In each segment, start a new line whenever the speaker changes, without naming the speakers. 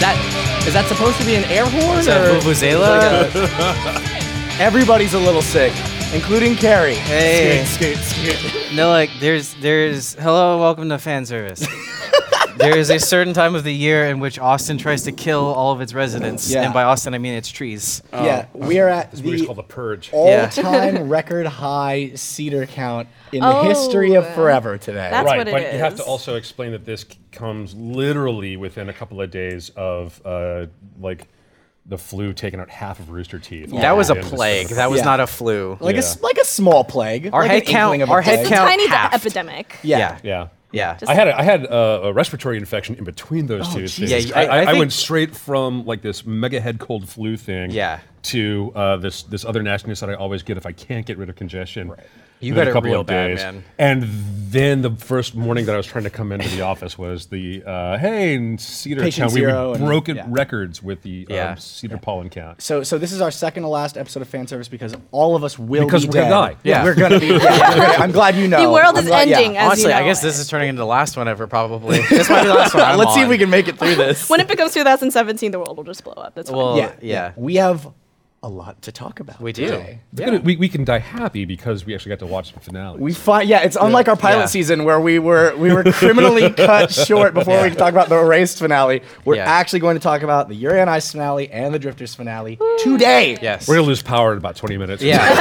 Is that supposed to be an air horn?
that
or-
vuvuzela?
It's like a- everybody's a little sick, including Carrie.
Hey.
Skate, skate, skate.
No, like there's there's hello, welcome to fan service. there is a certain time of the year in which Austin tries to kill all of its residents,
Yeah.
and by Austin I mean its trees.
yeah, we are at
This movie's
the
called The Purge.
Yeah.
all-time record high cedar count in the history of
Oh.
forever today.
That's
right,
what it
but you have to
is.
also explain that this c- comes literally within a couple of days of uh, like the flu taking out half of Rooster Teeth.
That was a
Yeah.
plague. That was
Oh, Yeah.
not a flu.
like a
Yeah.
s- like a small plague.
Our
like
head
an
count-
inkling of a
our head
plague.
It's a
count
tiny
half.
epidemic.
Yeah.
yeah.
yeah.
Yeah.
I had a, I had a, a respiratory infection in between those two
jeez.
things.
Yeah, you-
I,
I- Oh, I
I, I
think-
went straight from like this mega head cold flu thing.
Yeah.
To uh, this this other nastiness that I always get if I can't get rid of congestion. Right.
You got it real bad, man.
And then the first morning that I was trying to come into the office was the uh, hey in cedar
Patient
count. We
zero
were
and-
broken
yeah.
records with the
Yeah.
um, cedar pollen count.
So, so this is our second to last episode of fan service because all of us will
Because
be
we're
dead.
gonna die.
Yeah,
Yeah.
we're gonna be. yeah, we're gonna- I'm glad you know.
The world
I'm
is
glad- yeah.
ending. As
Honestly,
you know
I guess this
it.
is turning into the last one ever, probably. this might be the last one. I'm
Let's see if
on.
we can make it through this.
When it becomes 2017, the world will just blow up. That's fine.
Well,
yeah,
yeah,
We have a lot to talk about.
We do.
today.
It's gonna- we, we can die happy because we actually got to watch the finale.
We find yeah, it's unlike our pilot
Yeah.
season where we were we were criminally cut short before we could talk about the erased finale. We're
Yeah.
actually going to talk about the Yuri on Ice finale and the Drifters finale today.
Yes.
We're gonna lose power in about 20 minutes.
yeah.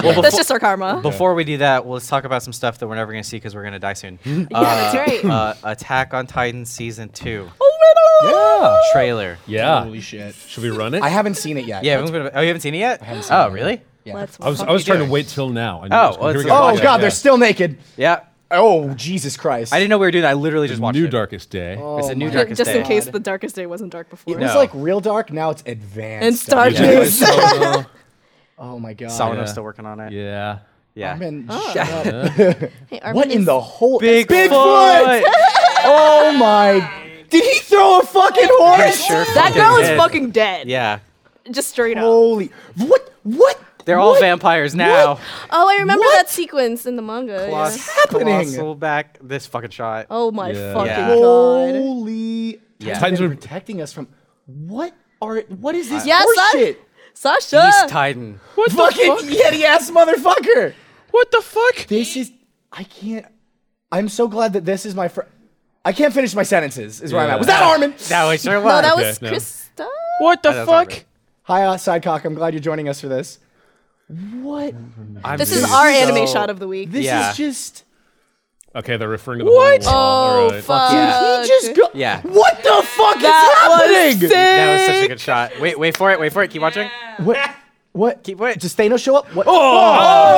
That's just our karma.
Before we do that, well, let's talk about some stuff that we're never going to see because we're going to die soon.
Yeah, that's right.
uh, Attack on Titan season two
Oh,
yeah.
trailer.
Yeah.
Holy shit.
Should we run it?
I haven't seen it yet.
Yeah, we haven't been- oh, you haven't seen it yet? oh, really?
Yeah.
Let's
I was,
fuck
I was
you
trying
doing.
to wait till now. I knew
Oh,
it was-
well,
here
it's
we
a
go.
Oh
watch it,
god,
Yeah.
they're still naked.
Yeah.
Oh Jesus Christ. Oh
I didn't know we were doing that. I literally just watched
New
it.
Darkest Day.
It's a new
my
darkest
Just
day.
in case the darkest day wasn't dark before.
It was
No.
like real dark. Now it's advanced.
And Star
dark.
Yeah,
Juice.
it's so-
Oh my god.
Sawano's
Yeah.
still working on it.
yeah.
Yeah.
Armin, shut up.
Hey, Armin
What in
is-
the whole
Big
Bigfoot? oh my. Did he throw a fucking horse?
Sure
That girl is
did.
fucking dead.
Yeah.
Just straight up.
Holy. What? What?
They're all
What
vampires now.
Oh, I remember
What?
that sequence in the manga. yeah.
Colossus-
happening?
Colossal back this fucking shot.
Oh my
Yeah.
fucking
Yeah.
god.
Holy.
Yeah.
Titans
Titans
been
are-
protecting us from. What are? What is this
Yes, I-
horseshit?
Sasha!
Beast Titan. What
Fucking yeti ass motherfucker.
What the fuck?
This is. I can't. I'm so glad that this is my first. I can't finish my sentences. Is where I'm at. Was that Armin?
That was sure
no,
was.
Oh, that
Okay,
was
no.
Krista.
what the fuck?
Hi, uh, Sidecock. I'm glad you're joining us for this. What?
This is our
so-
anime shot of the week.
This
Yeah.
is just.
Okay, they're referring to the
What?
Whole wall.
Oh,
All right.
fuck.
Did
Uh,
he just go?
Yeah.
What the fuck is
That
happening?
was sick.
That was such a good shot. Wait, wait for it. Wait for it. Keep watching.
What? What?
Keep wait.
Does Thanos show up? What?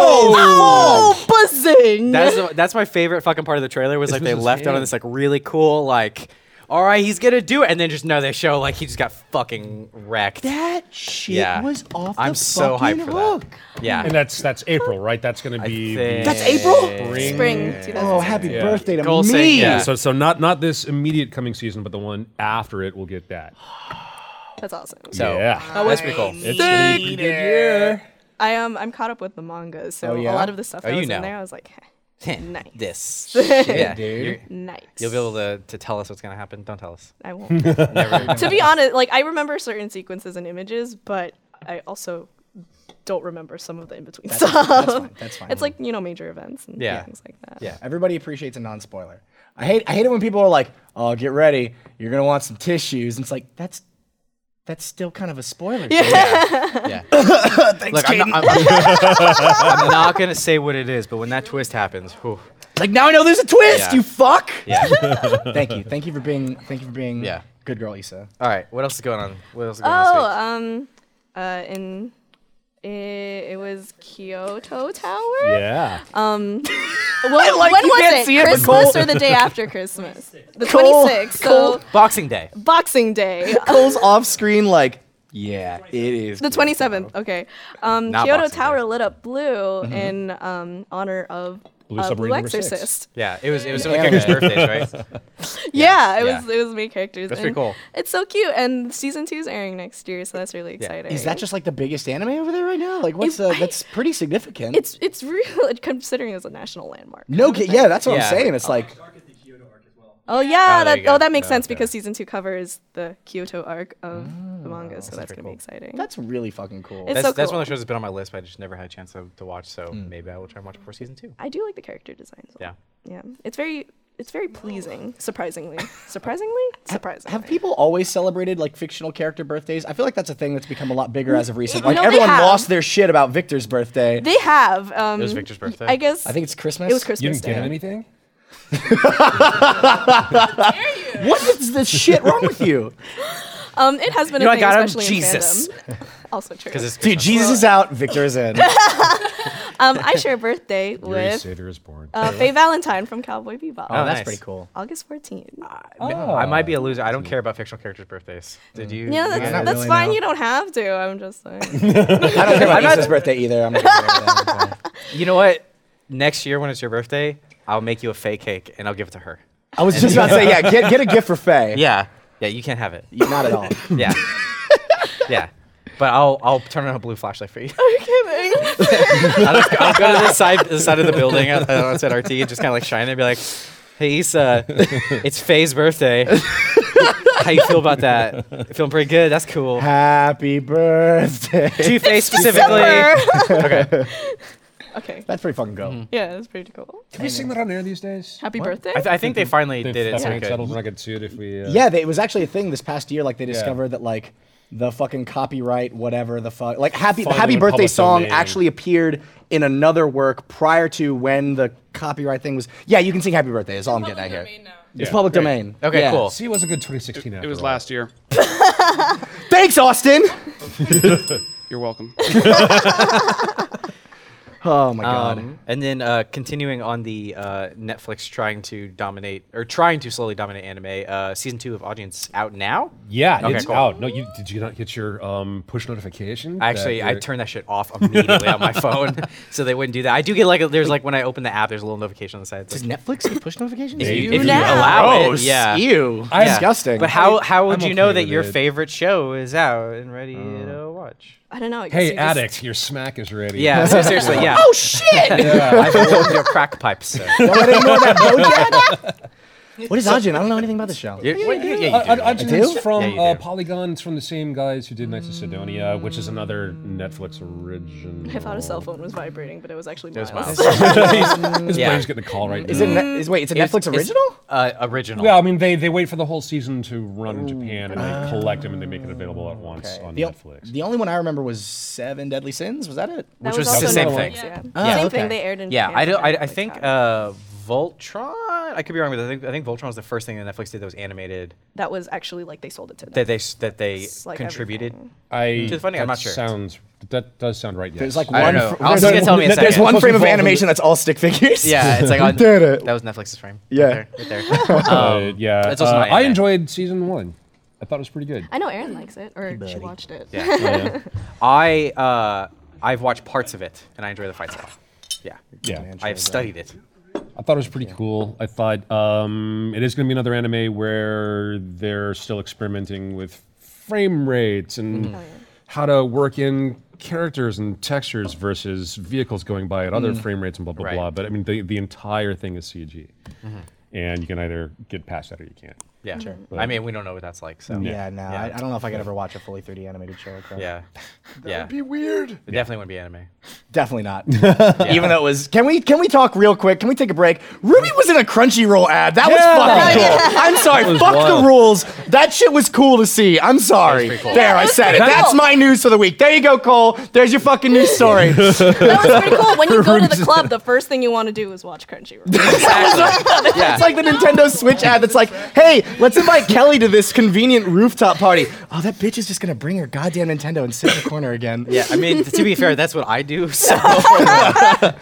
Oh, buzzing!
That's the, that's my favorite fucking part of the trailer was like
was
they
his
left out on
hand.
this like really cool like, all right, he's gonna do it, and then just no, they show like he just got fucking wrecked.
That shit
Yeah.
was off the
I'm so
fucking
hyped for that.
hook.
yeah,
And that's that's April, right? That's going to be. the-
That's April?
Spring.
Spring
Oh,
2000.
happy
Yeah.
birthday to
Goal
me.
saying yeah.
So so not not this immediate coming season, but the one after it will get that.
That's awesome.
So uh,
yeah.
that was pretty cool.
It's gonna be a good year.
I am. I'm caught up with the mangas, so
Oh, yeah?
a lot of the stuff
Oh,
that
you
was
know.
in there, I was like, heh, Nice.
This. Shit, yeah,
dude.
you're-
nice.
You'll be able to, to tell us what's gonna happen. Don't tell us.
I won't. to be honest, like I remember certain sequences and images, but I also don't remember some of the in between stuff.
That's fine. That's fine.
It's like you know major events and
Yeah.
things like that.
Yeah.
Everybody appreciates a non-spoiler. I hate I hate it when people are like, "Oh, get ready, you're gonna want some tissues." And it's like that's that's still kind of a spoiler. Yeah.
Yeah. Look, I'm not, I'm- I'm not gonna say what it is, but when that twist happens, whew,
Like now I know there's a twist.
Yeah.
You fuck.
yeah.
thank you, thank you for being, thank you for being,
Yeah.
good girl, Issa.
All right, what else is going on? What else is going
Oh,
on
um, uh, in it, it was Kyoto Tower.
Yeah.
Well, when,
like you
was
can't
it?
see it, but
Christmas or the day after Christmas? The
Cole-
26th.
Cole-
So
this week? Boxing Day.
Boxing Day.
Cole's off screen, like, yeah, it is.
The 27th, okay. Um,
Not
Kyoto
Boxing Day.
Tower lit up blue in um, honor of
Blue
uh, Blue
Submarine Number Six.
Exorcist.
Yeah, it was it was
Yeah.
one of the characters' birthdays, right?
Yeah, it
Yeah.
was it was main characters.
That's pretty
and
cool.
It's so cute, and season two's airing next year, so that's really exciting.
Is that just like the biggest anime over there right now? Like, what's
It-
uh,
I-
that's pretty significant.
It's it's real considering it's a national landmark.
no, ki- yeah, Oh that's what I'm
Yeah.
saying. It's like,
arc as well.
Oh yeah,
Oh, there you
that
go.
oh that makes
Oh,
sense
okay.
because season two covers the Kyoto arc of the manga, so that's gonna be exciting.
That's really fucking cool. Hmm.
It's-
That's,
so
that's one
cool.
of the shows that's been on my list, but I just never had a chance to, to watch. So maybe I will try and watch before season two.
I do like the character designs. a
Yeah.
lot. yeah, it's very it's very pleasing, surprisingly, surprisingly, surprisingly.
have people always celebrated like fictional character birthdays? I feel like that's a thing that's become a lot bigger as of recent.
no,
Like
they
everyone
have.
lost their shit about Victor's birthday.
They have. Um,
was Victor's birthday?
I guess.
I think it's Christmas.
it was
You
Christmas
didn't get
Day.
anything?
What is the shit wrong with you?
Um, it has been
You know,
a
I
thing,
got him
especially
Jesus.
in fandom. also true.
Because it's
Dude,
Christmas.
Jesus is out, Victor is in. Oh,
Um, I share a birthday
Yuri
with
Sater is born.
uh, Faye Valentine from Cowboy Bebop.
Oh,
Oh,
that's
nice.
pretty cool.
August 14th.
I might be a loser. I don't care about fictional characters' birthdays. Did
Hmm.
you?
Yeah, that's,
not
that's
really,
fine.
no.
You don't have to. I'm just saying.
I don't care about Lisa's birthday either. I'm not gonna care about that.
You know what? Next year when it's your birthday, I'll make you a fake cake and I'll give it to her.
I was just about to say, yeah, get, get a gift for Faye.
Yeah. Yeah, you can't have it.
Yeah, Not at all.
Yeah. yeah. But I'll I'll turn on a blue flashlight for you. I'll, just go, I'll go to the side the side of the building out- outside RT and just kind of like shine it and be like, "Hey Issa, it's Faye's birthday. How you feel about that? Feeling pretty good. That's cool.
Happy birthday.
To Faye specifically. Okay.
okay.
That's pretty fucking go.
Yeah, that's pretty cool.
Can we sing that on air these days?
Happy birthday.
I, th- I think they finally
If
did it.
that
So we
thing
could-
settled, we're not gonna sue it if we. Uh,
Yeah, they, it was actually a thing this past year. Like they discovered that like the fucking copyright, whatever the fuck, like happy
Finally
happy
went
birthday
public
song
domain.
actually appeared in another work prior to when the copyright thing was. Yeah, you can sing happy birthday. Is all I'm getting at here. It's
Yeah,
public
great.
domain.
Okay,
Yeah.
cool.
See, it was a good 2016.
It was last year.
Thanks, Austin.
You're welcome.
Oh my god.
Um, and then uh, continuing on the uh, Netflix trying to dominate or trying to slowly dominate anime, uh, season two of Audience out now.
Yeah,
Okay,
it's
cool.
out. No, you did you not get your um, push notification?
I Actually,
that
I
you're-
turned that shit off immediately on my phone, so they wouldn't do that. I do get like a, there's like when I open the app, there's a little notification on the side. It's
Does
like,
Netflix get push notifications?
They
if
do
you
now.
allow
Gross.
it, yeah.
Ew.
I-
Yeah.
Disgusting.
But how how would
I'm
you know
okay
that
with
your
it.
favorite show is out and ready to watch?
I don't know. I guess
Hey, uh,
you just-
addict, your smack is ready.
Yeah, so seriously, yeah. Oh shit! I've warmed your crack pipes. So.
No, I didn't know that, Bojack. what is Ajin? I don't know anything about the show.
You're- yeah, you
Uh,
do.
I, I,
do?
it's from
Yeah, you
uh,
do.
Polygon. It's from the same guys who did Knights of Sidonia, which is another Netflix original.
I thought a cell phone was vibrating, but it was actually
was
Miles.
His
Yeah.
brain's getting a call right
Is
now.
it?
Mm.
Ne- uh, is wait? It's a Netflix
It's-
original?
Uh, original.
Well, I mean, they, they wait for the whole season to run in Japan, and they collect them and they make it available at once on
the, o-
Netflix.
the only one I remember was Seven Deadly Sins. Was that it?
That
Which was
also
the same
Netflix,
thing. Ah,
Yeah.
Oh,
same
okay.
thing. They aired in.
Yeah,
Japan
I don't.
and
I, I
Netflix
think
had it.
uh, Voltron. I could be wrong, but I think I think Voltron was the first thing that Netflix did that was animated
that was actually like they sold it to them.
that they s- that they
It's like
contributed.
everything.
I
the funding, I'm
that
not sure.
Sounds that does sound right. Yes.
There's like
I
one.
don't know.
fr-
I'll
there's
see you tell me in a
there's
second.
one frame of
Voltron-
animation that's all stick figures.
Yeah, it's like on,
did it?
that was Netflix's frame.
Yeah.
right there. Right there.
uh, yeah.
that's also
uh,
not
I
anime.
enjoyed season one. I thought it was pretty good.
I know Erin likes it, or she watched it.
Yeah. I uh, I've watched parts of it and I enjoy the fights a lot. Yeah,
Yeah.
I have studied it.
I thought it was pretty cool. I thought um, it is going to be another anime where they're still experimenting with frame rates and how to work in characters and textures versus vehicles going by at other frame rates and blah blah
Right.
blah. But I mean, the the entire thing is CG, and you can either get past that or you can't.
Yeah, I mean we don't know what that's like. So
Yeah, no,
Yeah.
I, I don't know if I could ever watch a fully 3D animated show. Like that.
yeah, yeah.
be weird.
It definitely wouldn't be anime.
Definitely not. Even though it was, can we can we talk real quick? Can we take a break? Ruby was in a Crunchyroll ad. That was fucking cool. I'm sorry.
was
Fuck
wild.
the rules. That shit was cool to see. I'm sorry.
pretty cool.
There, I said it.
pretty
That's
cool.
my news for the week. There you go, Cole. There's your fucking news story.
That was pretty cool. When you go to the club, the first thing you want to do is watch Crunchyroll.
yeah.
It's like the Nintendo Switch ad that's like, hey, let's invite Kelly to this convenient rooftop party. Oh, that bitch is just gonna bring her goddamn Nintendo and sit in the corner again.
yeah, I mean to be fair, that's what I do. So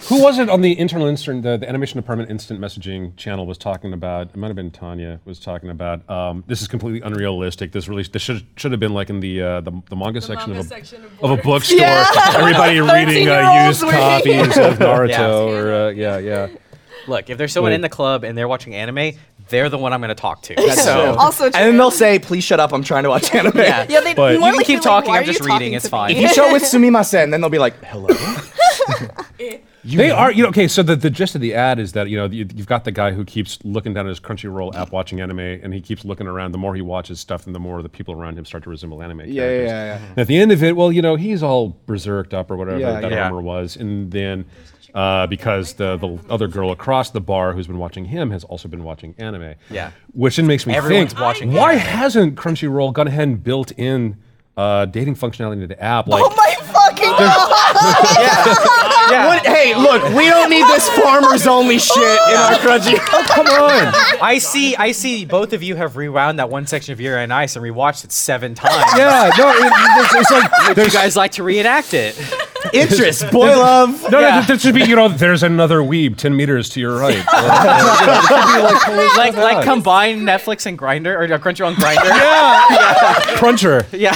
Who was it on the internal instant, the, the animation department instant messaging channel was talking about? It might have been Tanya was talking about. Um, this is completely unrealistic. This really this should should have been like in the uh, the, the manga section
manga
of a
section of
of a
Boruto.
bookstore. Everybody reading uh,
13-year-olds
used
were-
copies of Naruto
Yeah.
or uh, yeah yeah.
look, if there's someone
Wait.
in the club and they're watching anime, they're the one I'm gonna talk to.
That's
so
true.
Also
and then
true.
they'll say, please shut up, I'm trying to watch anime.
yeah.
yeah, they
But- You can
normally
keep
feel like,
talking,
"Why
I'm
are
just
you
reading,
talking
it's
to
fine."
me?"
If you show it with Sumimasen, then they'll be like, hello.
Eh.
they are, you know, okay. So the, the gist of the ad is that you know you, you've got the guy who keeps looking down at his Crunchyroll app watching anime, and he keeps looking around. The more he watches stuff, and the more the people around him start to resemble anime
yeah,
characters.
yeah, yeah.
And at the end of it, well, you know, he's all berserked up or whatever
Yeah,
that
yeah.
armor was, and then uh, because the the other girl across the bar who's been watching him has also been watching anime.
Yeah.
which then makes me
Everyone's
think,
watching
Why
anime.
hasn't Crunchyroll gone ahead and built in uh, dating functionality into the app? Like,
Oh my fucking god!
Yeah.
What- hey, look, we don't need this farmers only shit in our crunchy.
come on.
I see. I see. Both of you have rewound that one section of Yuri and Ice and rewatched it seven times.
Yeah, no, it, it's, it's like
You
there's
guys like to reenact it.
Interest, boy love.
no,
yeah.
no, there should be you know, there's another weeb ten meters to your right.
like like
God.
combine Netflix and Grinder or uh, Crunchyroll and Grinder.
Cruncher.
yeah.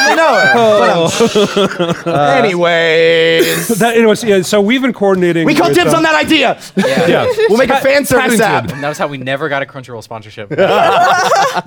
I know it. Uh, anyways,
That, anyways, yeah, so we've been coordinating.
we call
with,
dibs
uh,
on that idea.
Yeah,
We'll make a fan service app.
Patented.
And that was how we never got a Crunchyroll sponsorship.
yeah.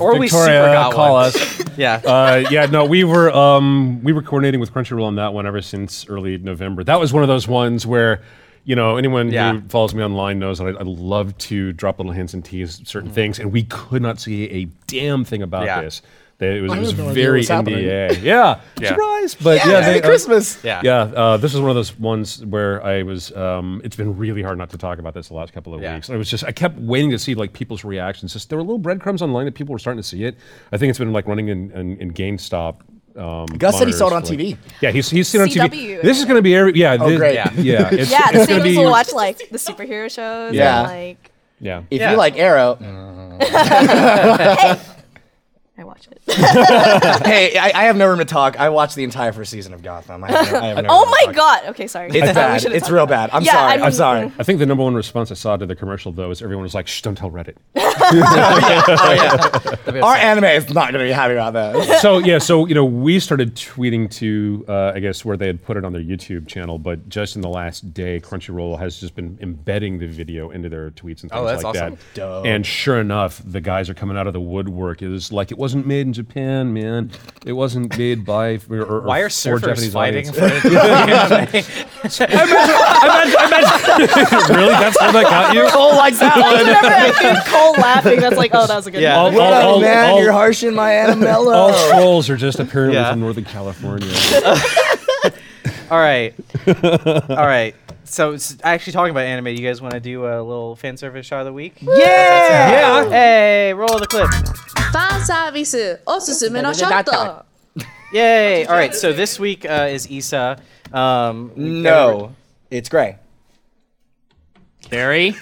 Or
Victoria,
we super got
call
one.
us.
yeah.
Uh, yeah, no, we were um, we were coordinating with Crunchyroll on that one ever since early November. That was one of those ones where. You know, anyone
Yeah.
who follows me online knows that I, I love to drop little hints and tease certain things, and we could not see a damn thing about
Mm. Yeah.
this. They- It was, it
I
was
had no idea what
very
was happening.
NDA. Yeah.
Yeah.
surprise! But yeah,
Merry
they, uh,
Christmas.
yeah.
Yeah, uh, this is one of those ones where I was. Um, it's been really hard not to talk about this the last couple of
Yeah.
weeks. I was just, I kept waiting to see like people's reactions. Just there were little breadcrumbs online that people were starting to see it. I think it's been like running in, in, in GameStop. Um,
Gus said he saw it
monitors
on
for,
TV.
Yeah, he's, he's seen it on
CW,
TV. This is going to be every. Yeah.
Oh,
this-
great.
Yeah.
Yeah.
It's,
Yeah, the
it's going
same
to
as
be.
we'll watch like the superhero shows.
Yeah.
And, like
Yeah.
If
Yeah.
you like Arrow,
I watch it.
hey, I, I have no room to talk. I watched the entire first season of Gotham. I have no, I have no room
oh
to
my
talk.
god! Okay, sorry.
It's bad.
should've
It's
talked
real
about
bad. I'm
Yeah,
sorry.
I
I'm,
mean-
sorry.
I think the number one response I saw to the commercial though is everyone was like, "Shh, don't tell Reddit."
Our anime is not going to be happy about that.
so yeah, so you know, we started tweeting to uh, I guess where they had put it on their YouTube channel, but just in the last day, Crunchyroll has just been embedding the video into their tweets and things
Oh, that's
like
awesome.
that. And sure enough, the guys are coming out of the woodwork. It was like it wasn't made in Japan, man. It wasn't made by or, or,
Why are
or for
surfers
Japanese
fighting
audience.
for it?
really? That's how that got you.
Oh.
Cole likes that
I
one.
remember I hear Cole laughing. That's like, oh, that was a good
Yeah.
one.
All, all,
What up,
all,
man?
all-
You're harshing my
all
animello.
trolls are just apparently
Yeah.
from Northern California.
All right. All right. So, s actually talking about anime, you guys want to do a little fan service shot of the week? Yeah.
yeah.
Hey, roll the clip.
ファンサービス
oh,
おすすめのショット
Yay! All right, so this week uh, is Issa. Um,
No, it's gray. Carrie?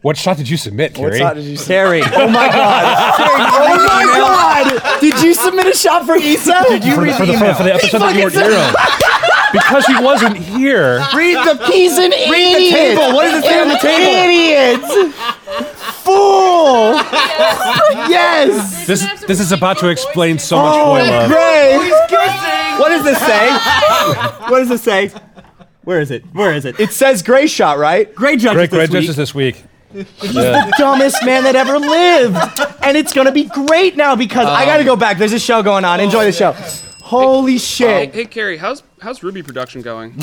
What shot did you submit,
What
Carrie?
shot did you say?
Carrie.
Oh my god. Carrie, oh my god. Did you submit a shot for Issa? Did you
for,
read
for
the
the, for,
email?
for the episode that you weren't here on. Because he wasn't here.
Read the P's and A's. Read the table. What does it say on the table? Idiots. Fool. yes.
This, this is about to explain so much more
Oh,
love.
Gray. What does this say? What does this say?
Where is it? Where is it?
It says gray shot, right?
Great judges
Greg
this
Red
week.
Justice this week.
Dumbest man that ever lived. And it's going to be great now because I
Um,
got to go back. There's a show going on. Enjoy
oh,
the show. Holy
Hey,
shit.
Oh, hey, Carrie, how's how's Ruby production going?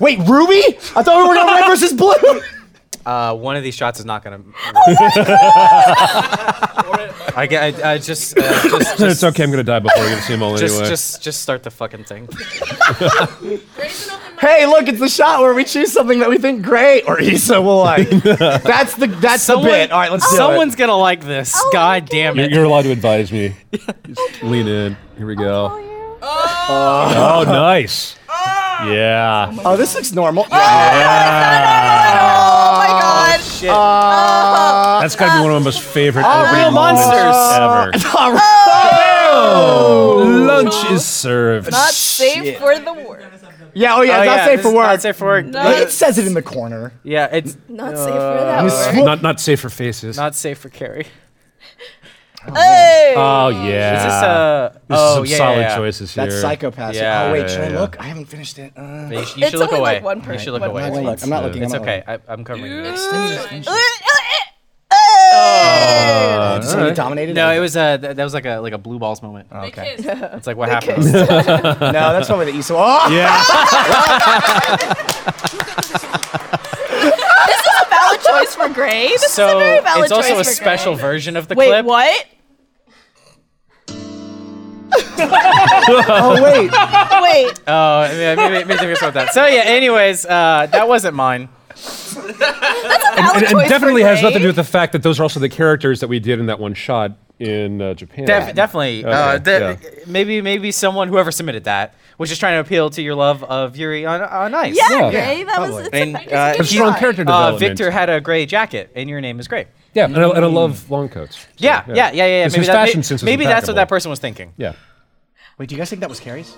Wait, Ruby? I thought we were going red versus blue.
Uh, one of these shots is not gonna. I, ge- I, I just, uh, just, just,
It's okay, I'm gonna die before you see him all
just,
anyway.
just, just start the fucking thing.
Hey, look, it's the shot where we choose something that we think great or Issa will like. that's the that's the bit. All right, let's do
someone's gonna like this. God damn
you're,
it!
you're allowed to advise me. Just lean in. Here we go. Oh, nice.
Ah!
Yeah.
it. Oh, this looks normal.
Ah!
Oh my god!
Uh,
Shit.
Ah!
Oh,
That's gotta be one of my most favorite opening
real
moments
Ah, monsters. Oh.
ever.
All right.
Oh, Lunch is served.
Not safe for the work.
Yeah, oh yeah,
Oh,
it's not
yeah,
safe
this
for
is
work.
Not safe for work.
No.
It says it in the corner.
Yeah, it's
Not safe for
Uh,
that work.
Not not safe for faces.
not safe for Carrie.
Hey!
oh
Is this
yeah.
uh?
This is
oh
some
yeah,
solid
yeah, yeah.
choices here.
That's psychopath.
Yeah,
oh wait,
yeah,
should
yeah.
I look? I haven't finished it. Uh, I'm
You, sh- you
It's
should look
only,
away.
like, one
You
person-
should look
one
away.
not gonna look. I'm not looking.
It's
I'm not
okay. I, I'm covering. your-
Hey!
Uh,
so you dominated?
No, it was uh, th- that was like a like a blue balls moment.
Okay.
It's like what happened.
no, that's probably the Esau. Oh!
valid choice for Gray. This is a
so
very valid
it's also a
choice for Gray.
special version of the
Wait,
clip.
what?
Oh wait.
Wait,
Oh, yeah, maybe, maybe think about that. So yeah. Anyways, uh, that wasn't mine.
And, and
choice for
definitely has nothing to
Gray.
do with the fact that those are also the characters that we did in that one shot in uh, Japan.
Def- Definitely. uh, de-
Okay,
Maybe maybe someone whoever submitted that was just trying to appeal to your love of Yuri on, on Ice.
Yeah,
Yeah.
Gray. That was.
Probably.
It's
And,
a, it's
uh,
a good
Have strong
shot.
character
Uh,
development.
Victor had a gray jacket, and your name is gray.
Yeah, and I, and I love long coats.
Yeah, yeah, yeah, yeah. yeah.
His-
Maybe,
his
that-
fashion
may-
sense was
maybe that's what
impeccable.
that person was thinking.
Yeah.
Wait, do you guys think that was Carrie's?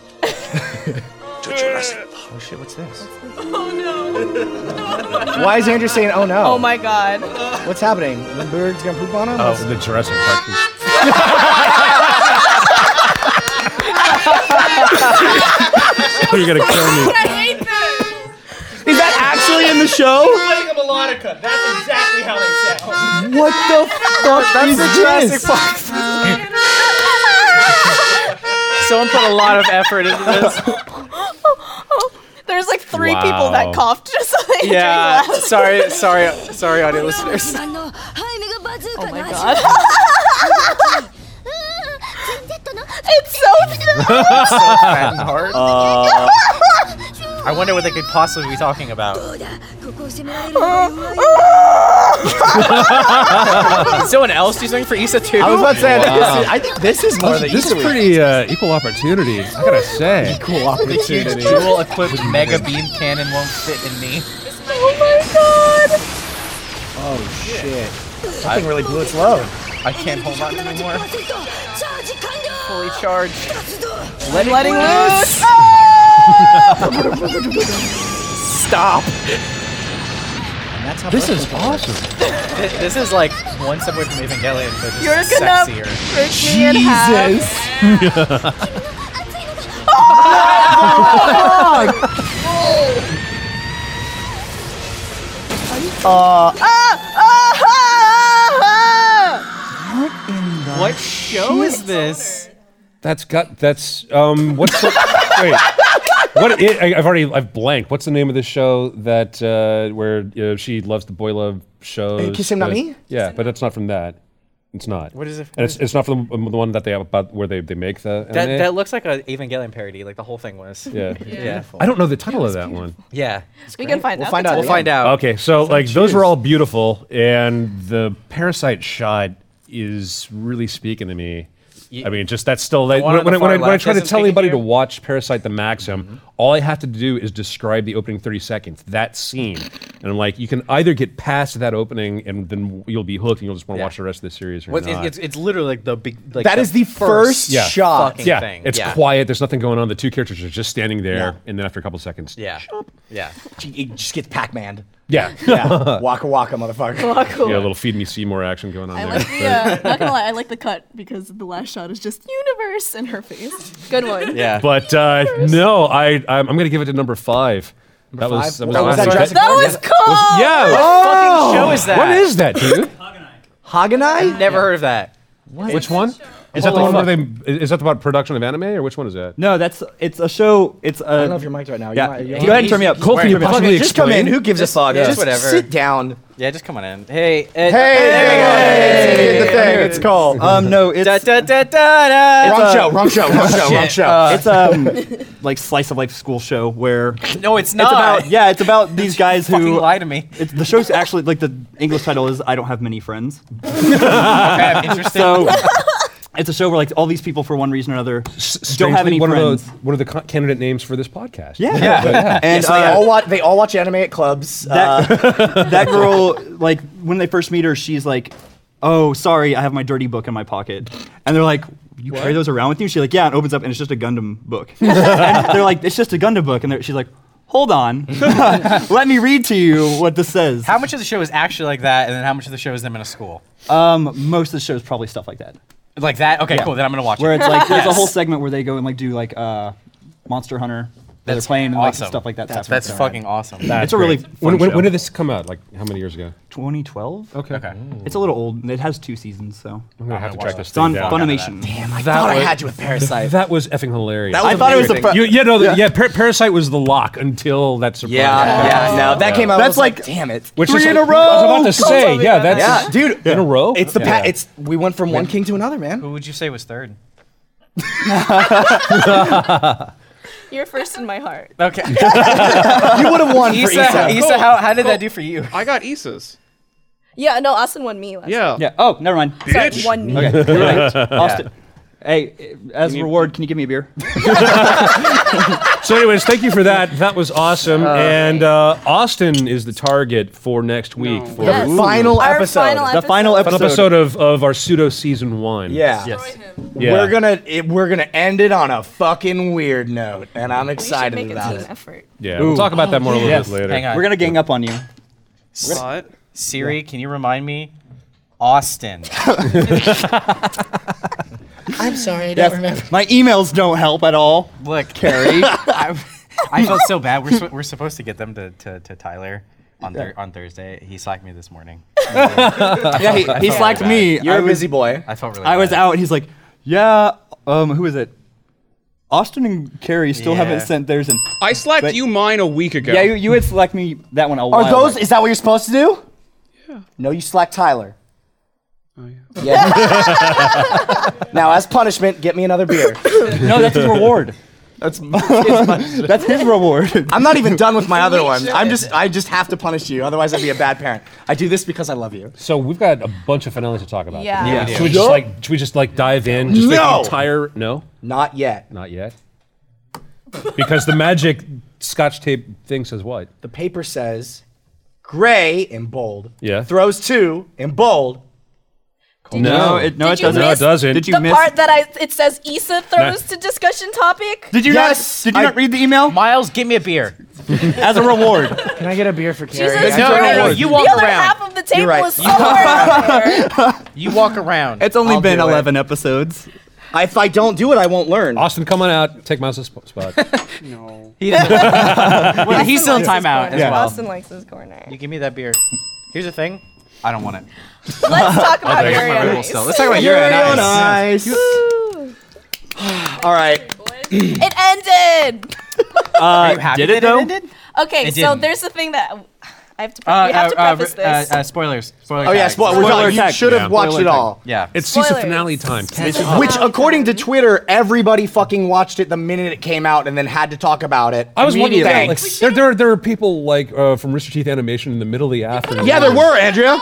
oh shit, what's this? Oh no. Why is Andrew saying oh no?
oh my god.
What's happening? The bird's gonna poop on him?
This is Oh, the Jurassic Park. You're gonna kill me.
Is that actually in the show? What the fuck is this?
Someone put a lot of effort into this.
There's like three people that
Wow.
coughed just like
yeah.
during last-
Sorry, sorry, sorry, audio listeners.
Oh my god. it's so.
Uh, I wonder what they could possibly be talking
Oh,
about. Did someone else do something for Issa too?
I was about to say, I think this is- I think this is more the
This is
Issa week.
pretty uh, equal opportunity. I gotta say.
cool opportunity.
Dual equipped mega beam cannon won't fit in me.
Oh shit. That thing really blew its load.
I can't hold on anymore. Fully charged.
letting loose.
Stop.
And that's how
This
birds
is
poop.
awesome.
This, this is like one step away from Evangelion, but just
You're gonna
sexier.
break me in half.
What show is this?
That's got. That's um. What's the, wait? What i I, I've already I've blanked. What's the name of the show that uh, where uh, she loves the boy love shows?
Kiss Him, Not
but-
Me?
Yeah, but that's not from that. It's not.
What is it-
And it's, it's not from the, um, the one that they have about where they, they make the.
That,
anime?
that looks like an Evangelion parody, like the whole thing was.
yeah.
Yeah.
I don't know the title of that one.
Yeah.
We can find
We'll
out.
find
That's
out.
We'll
Yeah.
find out.
Okay, so, like those were all beautiful, and the parasite shot is really speaking to me.
Ye-
I mean, just that's still like,
one
when,
on
when, I-
the
when, I,
far
when I
left
try to
isn't
tell
speaking
anybody
to
to
you?
watch Parasite the Maxim,
Mm-hmm.
all I have to do is describe the opening 30 seconds, that scene. And I'm like, you can either get past that opening and then you'll be hooked and you'll just want to
Yeah.
watch the rest of the series or
What-
not.
it's, it's, it's literally like the big. Like
That is the first
Yeah.
shot.
fucking
yeah,
thing.
it's
yeah.
quiet. There's nothing going on. The two characters are just standing there, and then after a couple seconds,
Yeah. Yeah.
It just gets Pac-Man.
yeah,
Yeah. waka waka, motherfucker.
Oh, cool.
yeah, a little feed me Seymour action going on
I
there.
like the,
But-
uh, not gonna lie, I like the cut because the last shot is just universe in her face.
Good one.
Yeah.
But uh, no, I I'm, I'm gonna give it to number five. that was
five?
that was,
What was that,
awesome.
Jurassic
That
Park?
was cool.
fucking
yeah.
show is that?
What is that, dude?
Hagenai?
Never heard of that.
which one? Is that the one where they? Is that about production of anime or which one is that?
No, that's it's a show. It's a.
I don't know if you're mic'd right now. You
Yeah.
might- you
Go
might-
ahead and turn me up.
He's- he's
Cole, can you
wearing-
possibly
Just come in. Who gives a fuck?
yeah,
just
whatever.
sit down.
Yeah, just come on in. Hey. uh,
Hey, the thing. It's Uh, called.
Um, no, it's
Da, da, da, da, da.
wrong
a-
show. Wrong show. Wrong show. Wrong show.
Uh,
it's um like slice of life school show where it's
no, it's not.
about yeah, it's about these guys
fucking
who
lie to me.
it's, the show's actually like the English title is I don't have many friends.
Okay, I'm interested.
So it's a show where like all these people for one reason or another don't have
Strangely,
any
one
friends.
Of the, one of the con- candidate names for this podcast.
Yeah.
And
And
they
uh,
all watch. They all watch anime at clubs. Uh,
that that girl like when they first meet her, she's like, "Oh, sorry, I have my dirty book in my pocket," and they're like. You carry those around with you? She's like, yeah, and opens up, and it's just a Gundam book. and they're like, it's just a Gundam book, and they're- she's like, hold on, let me read to you what this says.
How much of the show is actually like that, and then how much of the show is them in a school?
Um, most of the shows probably stuff like that,
Like that? Okay, cool. Then I'm gonna watch
where
it.
it's like there's a whole segment where they go and like do like uh, Monster Hunter that
That's
they're playing and like
awesome.
stuff like that.
That's-
That's
happening.
fucking awesome.
It's a really fun
When, when,
show.
when did this come out? Like how many years ago?
2012.
Okay.
Okay.
It's a little old. and It has two seasons, so
I'm gonna have to track this
it's on
thing down.
Funimation.
Damn, I thought I
was-
had you with Parasite.
That was effing hilarious.
was
I thought it was the
amazing.
you, yeah, no, yeah. Par- Parasite was the lock until that surprise.
Yeah, yeah. No, that came out. I
That's
was like,
like
damn it.
Which
Three
is,
in a row!
I was about to say, yeah, that's
yeah, dude.
in a row.
It's the
Yeah.
pa- it's we went from one king to another, man.
Who would you say was third?
You're first in my heart.
Okay.
You would have won for
Issa,
Issa.
Issa how, how did that do for you?
I got Issa's.
Yeah, no, Austin won me last.
Yeah.
Yeah. Oh, never mind.
Sorry,
Bitch.
won me.
Okay. You're right. Austin. Hey, as a reward, can you give me a beer?
So, anyways, thank you for that. That was awesome. and uh, Austin is the target for next week for
Yes.
The final
Our
episode.
final
the
episode.
final
an
episode.
episode of, of our pseudo season one.
Yeah.
Yeah.
We're gonna it, we're gonna end it on a fucking weird note, and I'm
We should
excited
make a
about
team
it.
effort.
Yeah. We'll talk about that more a little
Yes.
bit later.
Hang on.
We're gonna gang up on you.
But
Siri, can you remind me? Austin.
I'm sorry, I
Yes. My emails don't help at all.
Look, Carrie. I, I felt so bad. We're, su- we're supposed to get them to, to, to Tyler on, thur- on Thursday. He slacked me this morning.
Yeah, he, he slacked
bad.
me.
You're
I
a
was,
busy boy.
I felt really
I was
bad.
out, and he's like, "Yeah, um, who is it? Austin and Carrie still
Yeah.
haven't sent theirs." And
I slacked
But-
you mine a week ago.
yeah, you, you had slacked me that one a while.
Are those?
ago.
Is that what you're supposed to do? Yeah. No, you slack Tyler.
Oh, yeah.
Yeah. now, as punishment, get me another beer.
No, that's his reward. That's that's his reward.
I'm not even done with my other one. I'm just, I just have to punish you, otherwise I'd be a bad parent. I do this because I love you.
So we've got a bunch of finales to talk about.
Yeah.
Yeah, we do.
Should we just like should we just like dive in? Just
No!
like the entire no?
Not yet.
Not yet. because the magic scotch tape thing says what?
The paper says, gray in bold.
Yeah.
Throws two in bold.
Oh.
No, it, no,
Did
it
you
doesn't.
miss
No, it doesn't.
Did you
The
miss?
part that I it says Issa throws to discussion topic.
did you
Yes,
not? Did you
I-
not read the email?
Miles, give me a beer.
As a reward.
Can I get a beer for
Jesus
Carrie?
Christ.
no, no, no, you walk
the other
around.
half of the table
You're right.
was somewhere. in there.
You walk around.
It's only
I'll
been
do it.
11 episodes.
I- if I don't do it, I won't learn.
Austin, come on out, take Miles' sp- spot.
No.
He doesn't- well, he's still in
Austin likes his
timeout
corner.
as well.
Austin likes his corner.
You give me that beer. Here's the thing. I don't want it.
Let's talk about
Here's my
Ariana.
Red Bull still. Let's talk about your
You're
eyes.
nice. All right.
It ended.
Are you happy
Uh, did
that
it though?
ended?
Okay,
It
so
didn't.
there's the thing that I have to.
Uh,
we have to
uh, uh,
preface
uh,
this.
uh, spoilers. Spoiler
Oh yeah,
tags.
spoiler,
Spoiler
You
attack.
should have
Yeah.
watched
Spoiler
it all.
Yeah.
It's season
Spoilers.
finale time.
Which, according to Twitter, everybody fucking watched it the minute it came out and then had to talk about it.
I was wondering
immediately.
that. Like, there, there, there are people like uh, from Rooster Teeth Animation in the middle of the afternoon.
yeah, there were, Andrea.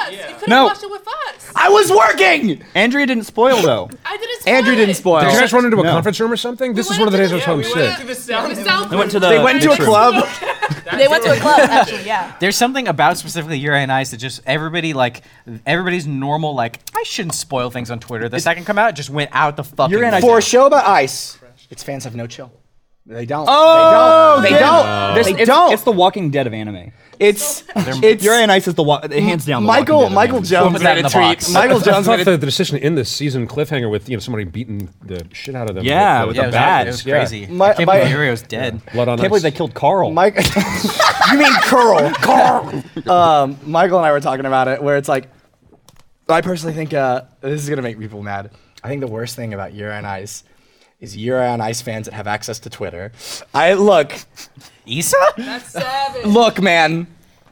No.
watched it with us.
I was working.
Andrea didn't spoil though.
I didn't.
Andrew didn't spoil.
Did you guys run into a
No.
conference room or something? This is one of the days I was home sick.
I went to the.
they went into a club.
they went to a club. Actually, yeah.
There's something about specifically Yuri and I's that just everybody like everybody's normal like I shouldn't spoil things on Twitter. The second come out it just went out the fucking.
Yuri and I-
window.
For a show about ice, its fans have no chill. They don't. Oh, they don't. They don't.
This,
they
it's,
don't.
It's the Walking Dead of anime.
It's it's
Yuri and Ice is the wa- hands down. The
Michael
Walking Dead of
Michael
anime.
Jones
Put that in
made a
the box.
tweet. Michael
I
Jones
thought
made
the,
a
the decision in this season cliffhanger with you know somebody beating the shit out of them.
Yeah,
Yeah, it was-
the bats,
It was
yeah.
crazy.
My-
I can't
my-
believe Yuri was dead.
Blood on
Can't believe
ice.
they killed Carl.
Mike, you mean curl? curl. Um, Michael and I were talking about it, where it's like, I personally think uh, this is gonna make people mad. I think the worst thing about Euro on Ice is Euro on Ice fans that have access to Twitter. I look,
Issa?
look, man.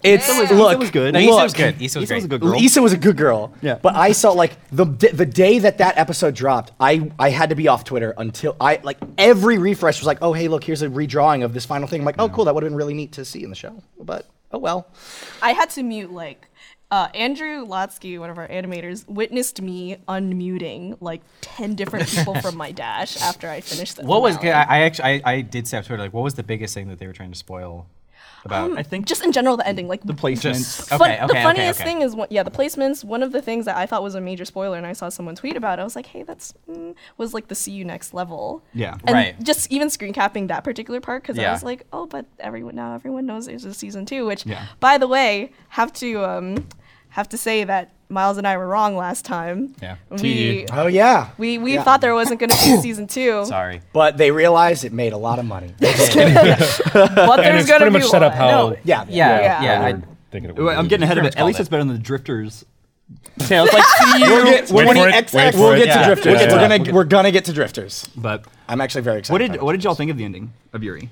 It's
Issa was-
look.
Issa was good.
No,
Look.
Issa was good. Issa was
Issa
great.
was a good girl.
Issa was a good girl.
Yeah.
But I saw like the d- the day that that episode dropped, I I had to be off Twitter until I like every refresh was like, oh hey look here's a redrawing of this final thing. I'm like, oh cool that would have been really neat to see in the show, but oh well.
I had to mute like uh, Andrew Lotsky, one of our animators, witnessed me unmuting like ten different people from my dash after I finished the
What was
finale.
I, I actually I, I did say on Twitter like what was the biggest thing that they were trying to spoil about?
I think
just in general the ending like the
placement.
Just-
Fun-
okay, okay,
the
okay,
funniest
okay.
thing is, one, yeah, the placements. One of the things that I thought was a major spoiler, and I saw someone tweet about, it, I was like, "Hey, that's mm, was like the see you next level."
Yeah.
and
Right.
just even screen capping that particular part because I
Yeah.
was like, "Oh, but everyone now everyone knows there's a season two, which,
Yeah.
by the way, have to um, have to say that Miles and I were wrong last time.
Yeah.
We
Oh yeah.
we, we thought there wasn't going to be a season two,
Sorry.
But they realized it made a lot of money.
but
And
there's
it's
going
pretty
to be
much set up
one.
how.
yeah.
Yeah,
Yeah.
yeah.
how
I-
we're thinking it would
Wait, I'm
be.
getting ahead of it. At least
called
it's better than the drifters. Sounds like see
We'll get,
Wait
we'll
for
get-
it, wait for
we'll
it.
get to
Yeah.
drifters.
Yeah.
We're gonna we're gonna get to drifters.
But
I'm actually very excited.
what
about
did
that.
what did y'all think of the ending of Yuri?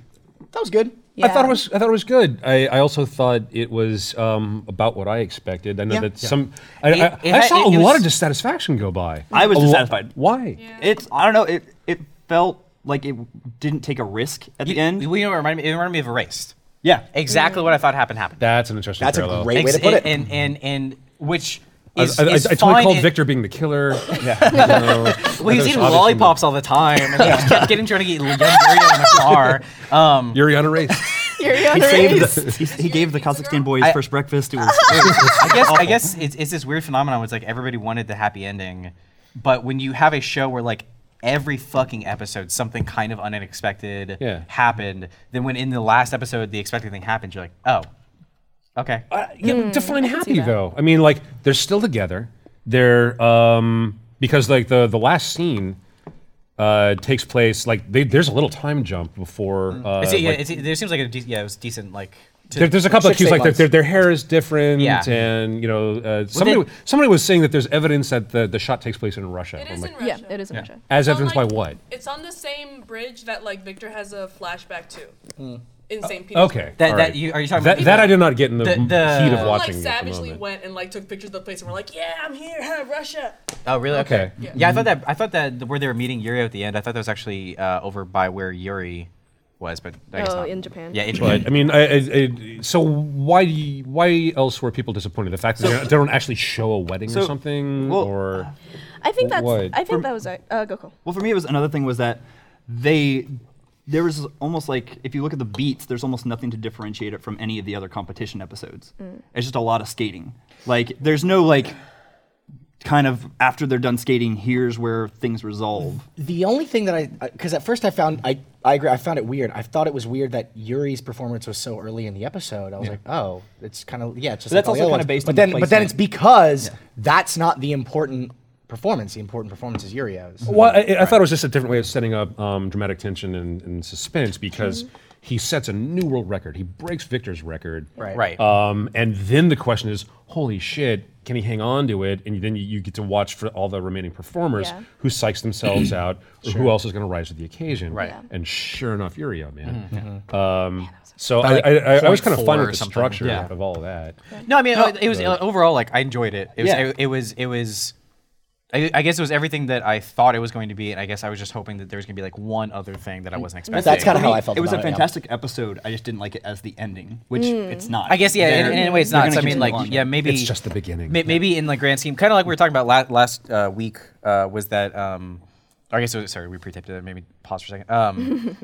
That was good.
I thought
Yeah.
it was. I thought it was good. I, I also thought it was um, about what I expected. I know
Yeah.
that
Yeah.
some. I,
It-
I,
it
I
had-
saw
it-
a
it
lot
was-
of dissatisfaction go by.
I was
A lo-
dissatisfied.
Why?
It's I don't know. It it felt like it didn't take a risk at the end.
We, remind me, it reminded me of Erased.
yeah.
Exactly what I thought happened happened.
That's an interesting.
That's a
parallel.
great- way to
Ex-
put it.
And, and, and which
I,
is,
I, I, I
is
totally
fine
called
in-
Victor being the killer. Yeah. You know,
Well, he's
there's
eating
obviously-
lollipops all the time, and he just kept getting trying to get young Yuri in the car. Um,
Yuri on a race.
You're gonna
He saved.
raise-
The, he, he gave the Kazakhstan boys
I-
first breakfast. It was.
I guess I guess it's, it's this weird phenomenon where it's like everybody wanted the happy ending, but when you have a show where like every fucking episode something kind of unexpected
Yeah.
happened, then when in the last episode the expected thing happens, you're like, oh, okay.
Uh, yeah, but
Hmm,
define happy though. I mean, like they're still together. They're um, because like the the last scene uh, takes place like they, there's a little time jump before. Uh,
It's- Hmm. yeah,
like,
it's- there seems like a de- yeah, it was decent like. To,
there, there's a couple of
Six,
cues
eight
like their,
months.
their, their hair is different,
Yeah.
and you know uh, somebody
then-
somebody was saying that there's evidence that the, the shot takes place in Russia.
It
I'm
is
like,
in
Yeah,
Russia.
it is in Russia.
as
It's on,
evidenced
like-
by what?
It's on the same bridge that like Victor has a flashback to
Hmm.
in St. Petersburg.
Okay,
That-
all
that
right.
you- are you talking
that,
about-
that I did not get in the,
The-
m-
the-
heat of
People,
watching
like
at the
savagely
moment.
went and like took pictures of the place and were like, "Yeah, I'm here, huh, Russia."
Oh, really?
Okay.
Okay. Yeah. I thought that I thought that the- where they were meeting Yuri at the end, I thought that was actually uh, over by where Yuri was, but I guess
Oh,
not.
in Japan.
Yeah, in Japan.
But I mean, I, I, I, so why do you- why else were people disappointed? The fact that they, don't, they don't actually show a wedding or
So-
something,
well,
or
I think that's.
What?
I think that was uh, Goku.
Well, for me, it was another thing was that they there was almost like if you look at the beats, there's almost nothing to differentiate it from any of the other competition episodes.
Mm.
It's just a lot of skating. Like there's no like kind of after they're done skating, here's where things resolve.
The only thing that I, because at first I found, I, I agree, I found it weird. I thought it was weird that Yuri's performance was so early in the episode. I was like, oh, it's kind of, yeah, it's just.
But
like
that's
all the
also
other
kinda
ones.
based
but
on the
then, But then
placement.
it's because that's not the important performance. The important performance is Yurio's.
well, I, I thought it was just a different way of setting up um, dramatic tension and, and suspense because
Mm-hmm.
he sets a new world record. He breaks Victor's record,
Right.
right.
Um, and then the question is, holy shit, can he hang on to it? And then you, you get to watch for all the remaining performers
Yeah.
who psychs themselves out, or who else is going to rise to the occasion.
Right. Mm-hmm. Yeah.
And sure enough, Uriel, man. Um, so I, I, I, I was kind of
point four
fun with
or
the
something.
structure
Yeah.
of all of that.
No, I mean it- it was uh, overall like I enjoyed it. It was
Yeah.
it, it was it was. I, I guess it was everything that I thought it was going to be, and I guess I was just hoping that there was going to be like one other thing that I wasn't expecting.
That's kind of how I felt.
It was a
about yeah.
fantastic episode. I just didn't like it as the ending, which
Mm.
it's not.
I guess yeah. In,
They're-
in a way, it's
they're
not.
gonna
So, I mean,
continue
like
on.
yeah, maybe
It's just the beginning.
May, maybe in like grand scheme, kind of like we were talking about la- last uh, week, uh, was that um, I guess it was- sorry we pre-taped it. Maybe pause for a second. Um,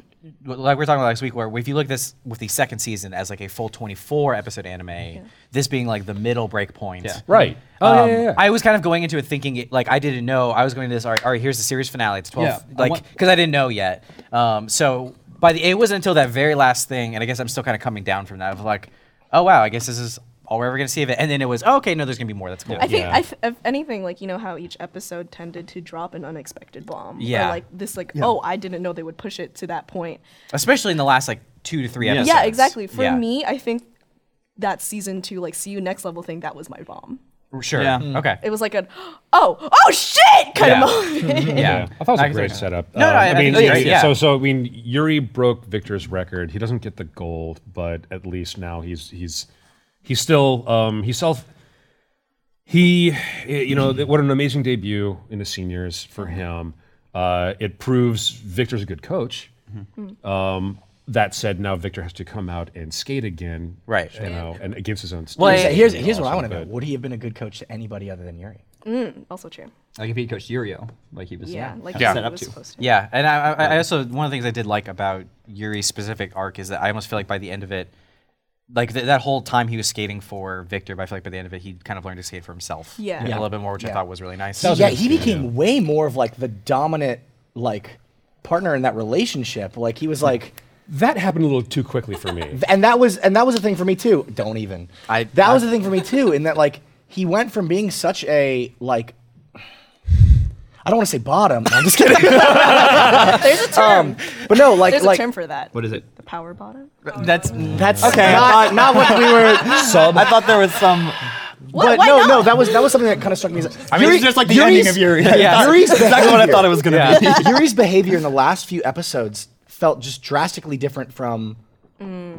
like we were talking about last week, where if you look at this with the second season as like a full 24 episode anime, this being like the middle break point, yeah.
Right. Oh, yeah,
um,
yeah, yeah.
I was kind of going into it thinking it, like I didn't know. I was going into this. All right, all right. Here's the series finale. It's twelve.
Yeah, I
like
want-
because I didn't know yet. Um, so by the it wasn't until that very last thing, and I guess I'm still kind of coming down from that. Of like, oh wow, I guess this is all we're ever gonna see of it. And then it was oh, okay. No, there's gonna be more. That's cool.
I think
Yeah.
I f- if anything, like you know how each episode tended to drop an unexpected bomb. or,
Yeah.
like this, like oh, I didn't know they would push it to that point.
Especially in the last like two to three episodes.
Yeah, exactly. For
Yeah.
me, I think that season two, like see you next level thing, that was my bomb.
Sure.
Yeah.
Okay.
It was like an oh oh shit kind
Yeah.
of moment.
yeah.
I
I
thought it was a
can
great
see that.
setup. Uh,
No, no, I- I
mean,
think it's
yeah,
great,
So,
yeah.
so I mean, Yuri broke Victor's record. He doesn't get the gold, but at least now he's he's he's still um, he's self. He, you know, what an amazing debut in the seniors for him. Uh, it proves Victor's a good coach.
Mm-hmm.
Um, that said, now Victor has to come out and skate again,
Right.
You know, and against his own.
Well,
standards,
Here's,
you
here's what I
also,
want to know.
but-
Would he have been a good coach to anybody other than Yuri?
also true.
like if he coached Yurio, like he was
Yeah, like
yeah.
yeah.
set up
was
to.
supposed to.
Yeah, and I, I, I also one of the things I did like about Yuri's specific arc is that I almost feel like by the end of it, like th- that whole time he was skating for Victor, but I feel like by the end of it he kind of learned to skate for himself.
Yeah.
a
Yeah.
little bit more, which I
Yeah.
thought was really nice.
yeah, he became way more of like the dominant like partner in that relationship. Like he was like,
that happened a little too quickly for me.
and that was and that was a thing for me too. Don't even.
I-
that was
I-
a thing for me too. In that like he went from being such a like I don't want to say bottom. I'm just kidding. Um,
There's a term.
but no, like
There's
like
a term for that.
What is it?
The power bottom.
That's that's
okay. I thought not what we were.
Sub. I thought there was some.
But
why
no,
not?
no, that was that was something that kind of struck me. As, I mean,
it's just like the ending of Yuri.
Yeah, Yuri's
Exactly what I
behavior-
thought it was gonna be.
Yuri's behavior in the last few episodes felt just drastically different from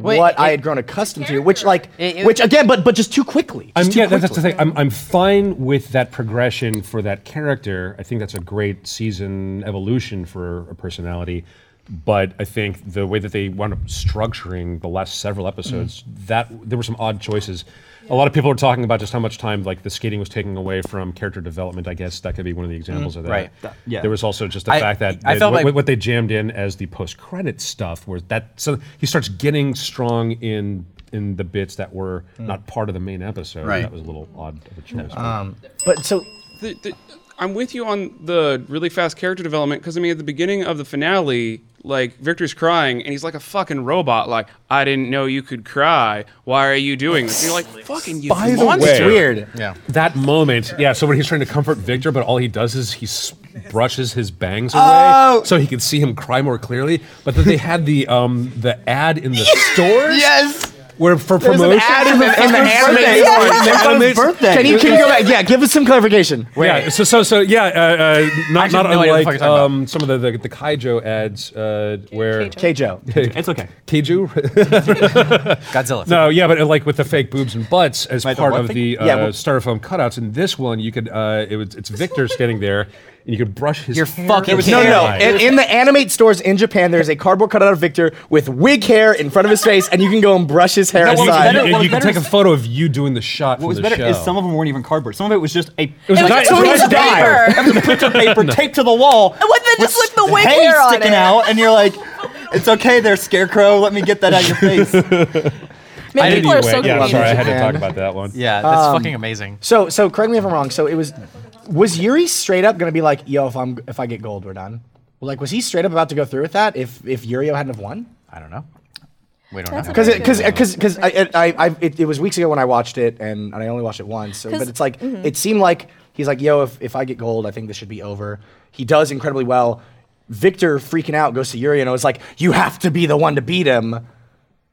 Wait,
what I
it-
had grown accustomed to, which like,
Mm. It- it-
which again, but but just too quickly. Just
I'm,
too
yeah,
quickly.
that's, that's the thing. I'm, I'm fine with that progression for that character. I think that's a great season evolution for a personality. But I think the way that they wound up structuring the last several episodes, that there were some odd choices. A lot of people are talking about just how much time like the skating was taking away from character development. I guess that could be one of the examples of that.
right.
That- yeah.
There was also just the
I-
fact that
I
that
felt
what,
like-
what they jammed in as the post-credit stuff was that so he starts getting strong in in the bits that were not part of the main episode.
Right.
That was a little odd of a choice. but-
But so
the, the, I'm with you on the really fast character development because I mean at the beginning of the finale, like Victor's crying and he's like a fucking robot. Like I didn't know you could cry. Why are you doing this? And you're like fucking you
by the
monster.
way, it's weird. Yeah.
that moment, yeah. So when he's trying to comfort Victor, but all he does is he s- brushes his bangs away so he can see him cry more clearly. But then they had the um the ad in the stores.
Yes.
Where for
There's
promotion
an ad in the, in the anime.
In the anime-
birthday.
Can you can you go back? Yeah, give us some clarification.
Yeah, so so so yeah, uh, uh, not
actually have
not
no idea what the fuck
unlike
you're talking
um, some of the the, the Kaijo ads uh, where
Okay, Joe.
It's okay.
Keiju?
Godzilla.
no, yeah, but uh, like with the fake boobs and butts as
Right, the
part
what
of
thing?
the uh,
Yeah, well-
styrofoam cutouts. In this one, you could uh, it was it's Victor standing there, and you could brush his.
You're
hair.
fucking
There was
No,
Hair.
no.
hair.
In, in the animate stores in Japan, there's a cardboard cutout of Victor with wig hair in front of his face, and you can go and brush his hair
And you,
aside.
and you-
what was
you could
better
take a photo of you doing the shot
What
from
was
the
better
show.
is some of them weren't even cardboard. Some of it was just a
It was a guy- it was a
piece of
guy.
paper. It was a piece of paper taped to the wall.
And what, then just,
with
like, the wig
hay
hair on
sticking
it.
out, and you're like, "It's okay, there, scarecrow. Let me get that out of your face."
Man, people
anyway,
are so
yeah,
confused.
sorry, I had to
Japan.
talk about that one.
Yeah, that's
Um,
fucking amazing.
So, so correct me if I'm wrong. So it was, was Yuri straight up gonna be like, "Yo, if I'm if I get gold, we're done." Well, like, was he straight up about to go through with that if if Yurio hadn't have won?
I don't know. We don't
That's
know.
a
Because
very
because
good
because because I it- I, I it, it was weeks ago when I watched it and, and I only watched it once. So,
'Cause-
but it's like
mm-hmm.
it seemed like he's like, "Yo, if if I get gold, I think this should be over." He does incredibly well. Victor freaking out goes to Yuri and was like, "You have to be the one to beat him."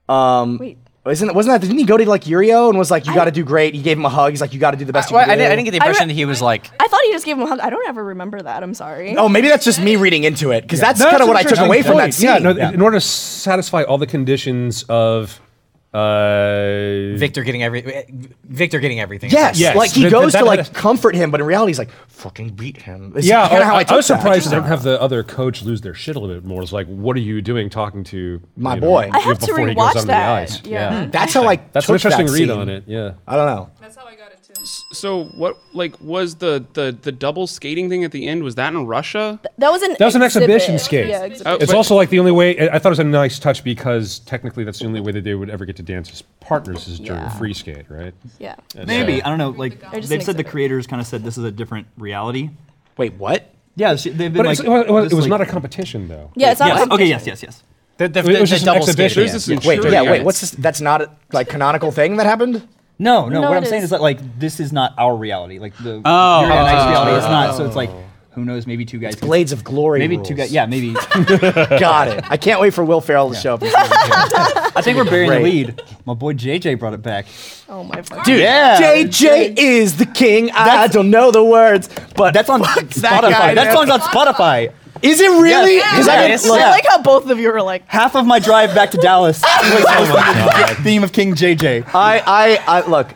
Wait.
Isn't wasn't that? Didn't he go to like Yurio and was like, "You got to do great"? He gave him a hug. He's like, "You got to do the best."
Well,
you
I,
can do.
didn't, I didn't get the
I re-
impression that he was like.
I thought he just gave him a hug. I don't ever remember that. I'm sorry.
Oh, maybe that's just me reading into it because that's
No,
kind of
an
what I took
interesting
away from
point.
that scene.
Yeah, no, in order to satisfy all the conditions of uh,
Victor getting every eh, Victor getting everything.
Yes,
Yes,
like he
that-
goes
that-
to
that-
like comfort him, but in reality, he's like fucking beat him. It's
yeah, oh,
kind
I,
of how I,
I
took
was
that.
surprised I don't have the other coach lose their shit a little bit more. It's like, what are you doing talking to
My
you know,
boy. I
have to
before he
rewatch
goes on
that.
the ice?
Yeah.
That's how I.
that's an
took
interesting
that
read
scene.
on it. Yeah,
I don't know.
That's how I got it too.
So what like was the the the double skating thing at the end? Was that in Russia?
That was an
that was an exhibition
exhibit.
skate.
Yeah,
Oh,
exhibit.
It's
but-
also like the only way. I I thought it was a nice touch because technically that's the only way that they would ever get to dance as partners is during
Yeah.
free skate, right?
yeah.
uh,
Maybe
Yeah.
I don't know. Like
Or just
they've
an
said, the
exhibit.
creators kind of said this is a different reality.
Wait, what?
Yeah, she- they've been
But
like,
it's- it was, it was-
this,
it was
like-
not a competition though.
Yeah, it's not.
Yes.
a
Okay.
competition.
Yes. Yes. Yes.
The, the,
It was
the
just an
double
exhibition.
skating.
There's this
Wait,
insurance-
yeah, wait. What's this? That's not a, like canonical thing that happened.
No, no.
No,
what
it
I'm saying
is.
is that like this is not our reality. Like the
Oh.
your next reality is not. So it's like
Oh.
who knows? Maybe two guys. can-
Blades of Glory.
Maybe
rules.
two guys. Yeah, maybe.
got it. I can't wait for Will Ferrell to show up. and see it.
I think we're burying
Great.
the lead. My boy JJ brought it back.
Oh my fucking.
Dude,
Yeah.
JJ is the king. I
That's-
don't know the words, but
That's on
fuck
Spotify.
that
That,
guy, man.
song's on Spotify.
Is it really?
Yes.
'Cause I
Yeah,
didn't
it's-
I
look.
yeah.
like how both of you were like.
Half of my drive back to Dallas
Oh
was the theme of King JJ.
I, I, I look.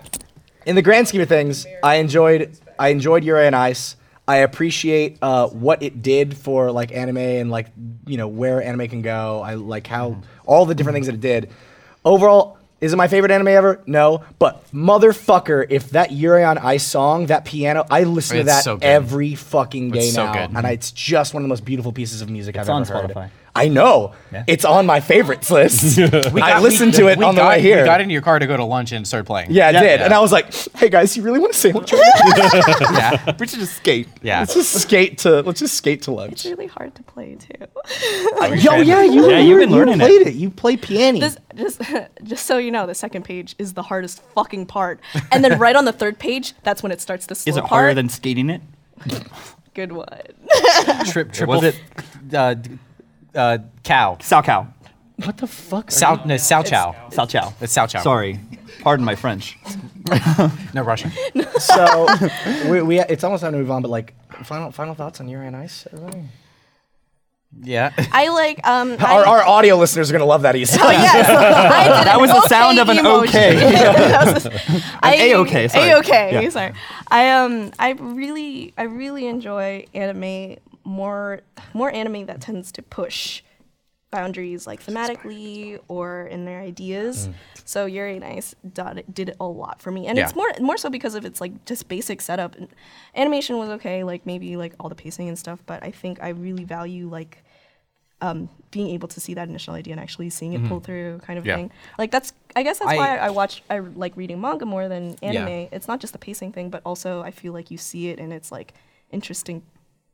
In the grand scheme of things, I enjoyed I enjoyed Yuri and Ice. I appreciate uh, what it did for like anime and like you know where anime can go. I like
Mm-hmm.
how all the different things that it did. Overall, is it my favorite anime ever? No, but motherfucker, if that Yuri on Ice song, that piano, I listen to
It's
that
so good.
every fucking day
so
now,
good.
and I, it's just one of the most beautiful pieces of music I've
on
ever heard.
Spotify.
I know. It's on my favorites list. I listened to it on the
got,
way here.
We got into your car to go to lunch and started playing.
Yeah, I did. And I was like, hey guys, you really want to sandwich over there?"
Yeah.
We should just skate.
Yeah.
Let's just skate to let's just skate to lunch.
It's really hard to play too.
Yo, yeah, you
Yeah, you've been
you
learning it.
played it. You play piano.
This, just, just so you know, the second page is the hardest fucking part, and then right on the third page, that's when it starts the slow
Is it
part.
harder than skating it?
Good one.
Trip, triple. Was it uh, d- uh, cow?
Sao cow.
What the fuck? Sao, no, Sao Chow.
Sao chow.
It's Sao Chow.
Sorry. Pardon my French.
No Russian.
so we, we it's almost time to move on, but like final final thoughts on Yuri and Ice, everybody?
Yeah.
I like um.
Our,
I,
our audio listeners are gonna love that Isa.
that was the sound of an
emoji.
okay.
I,
A-okay, sorry.
A-okay,
Yeah.
sorry. I um I really I really enjoy anime more more anime that tends to push boundaries like thematically or in their ideas.
Mm.
So Yuri and Ice did, did a lot for me. And
Yeah.
it's more more so because of its like just basic setup. And Animation was okay, like maybe like all the pacing and stuff, but I think I really value like um, being able to see that initial idea and actually seeing it pull through kind of
Mm-hmm. Yeah.
thing. Like that's I guess that's
I-
why I watch I like reading manga more than anime.
Yeah.
It's not just the pacing thing, but also I feel like you see it and it's like interesting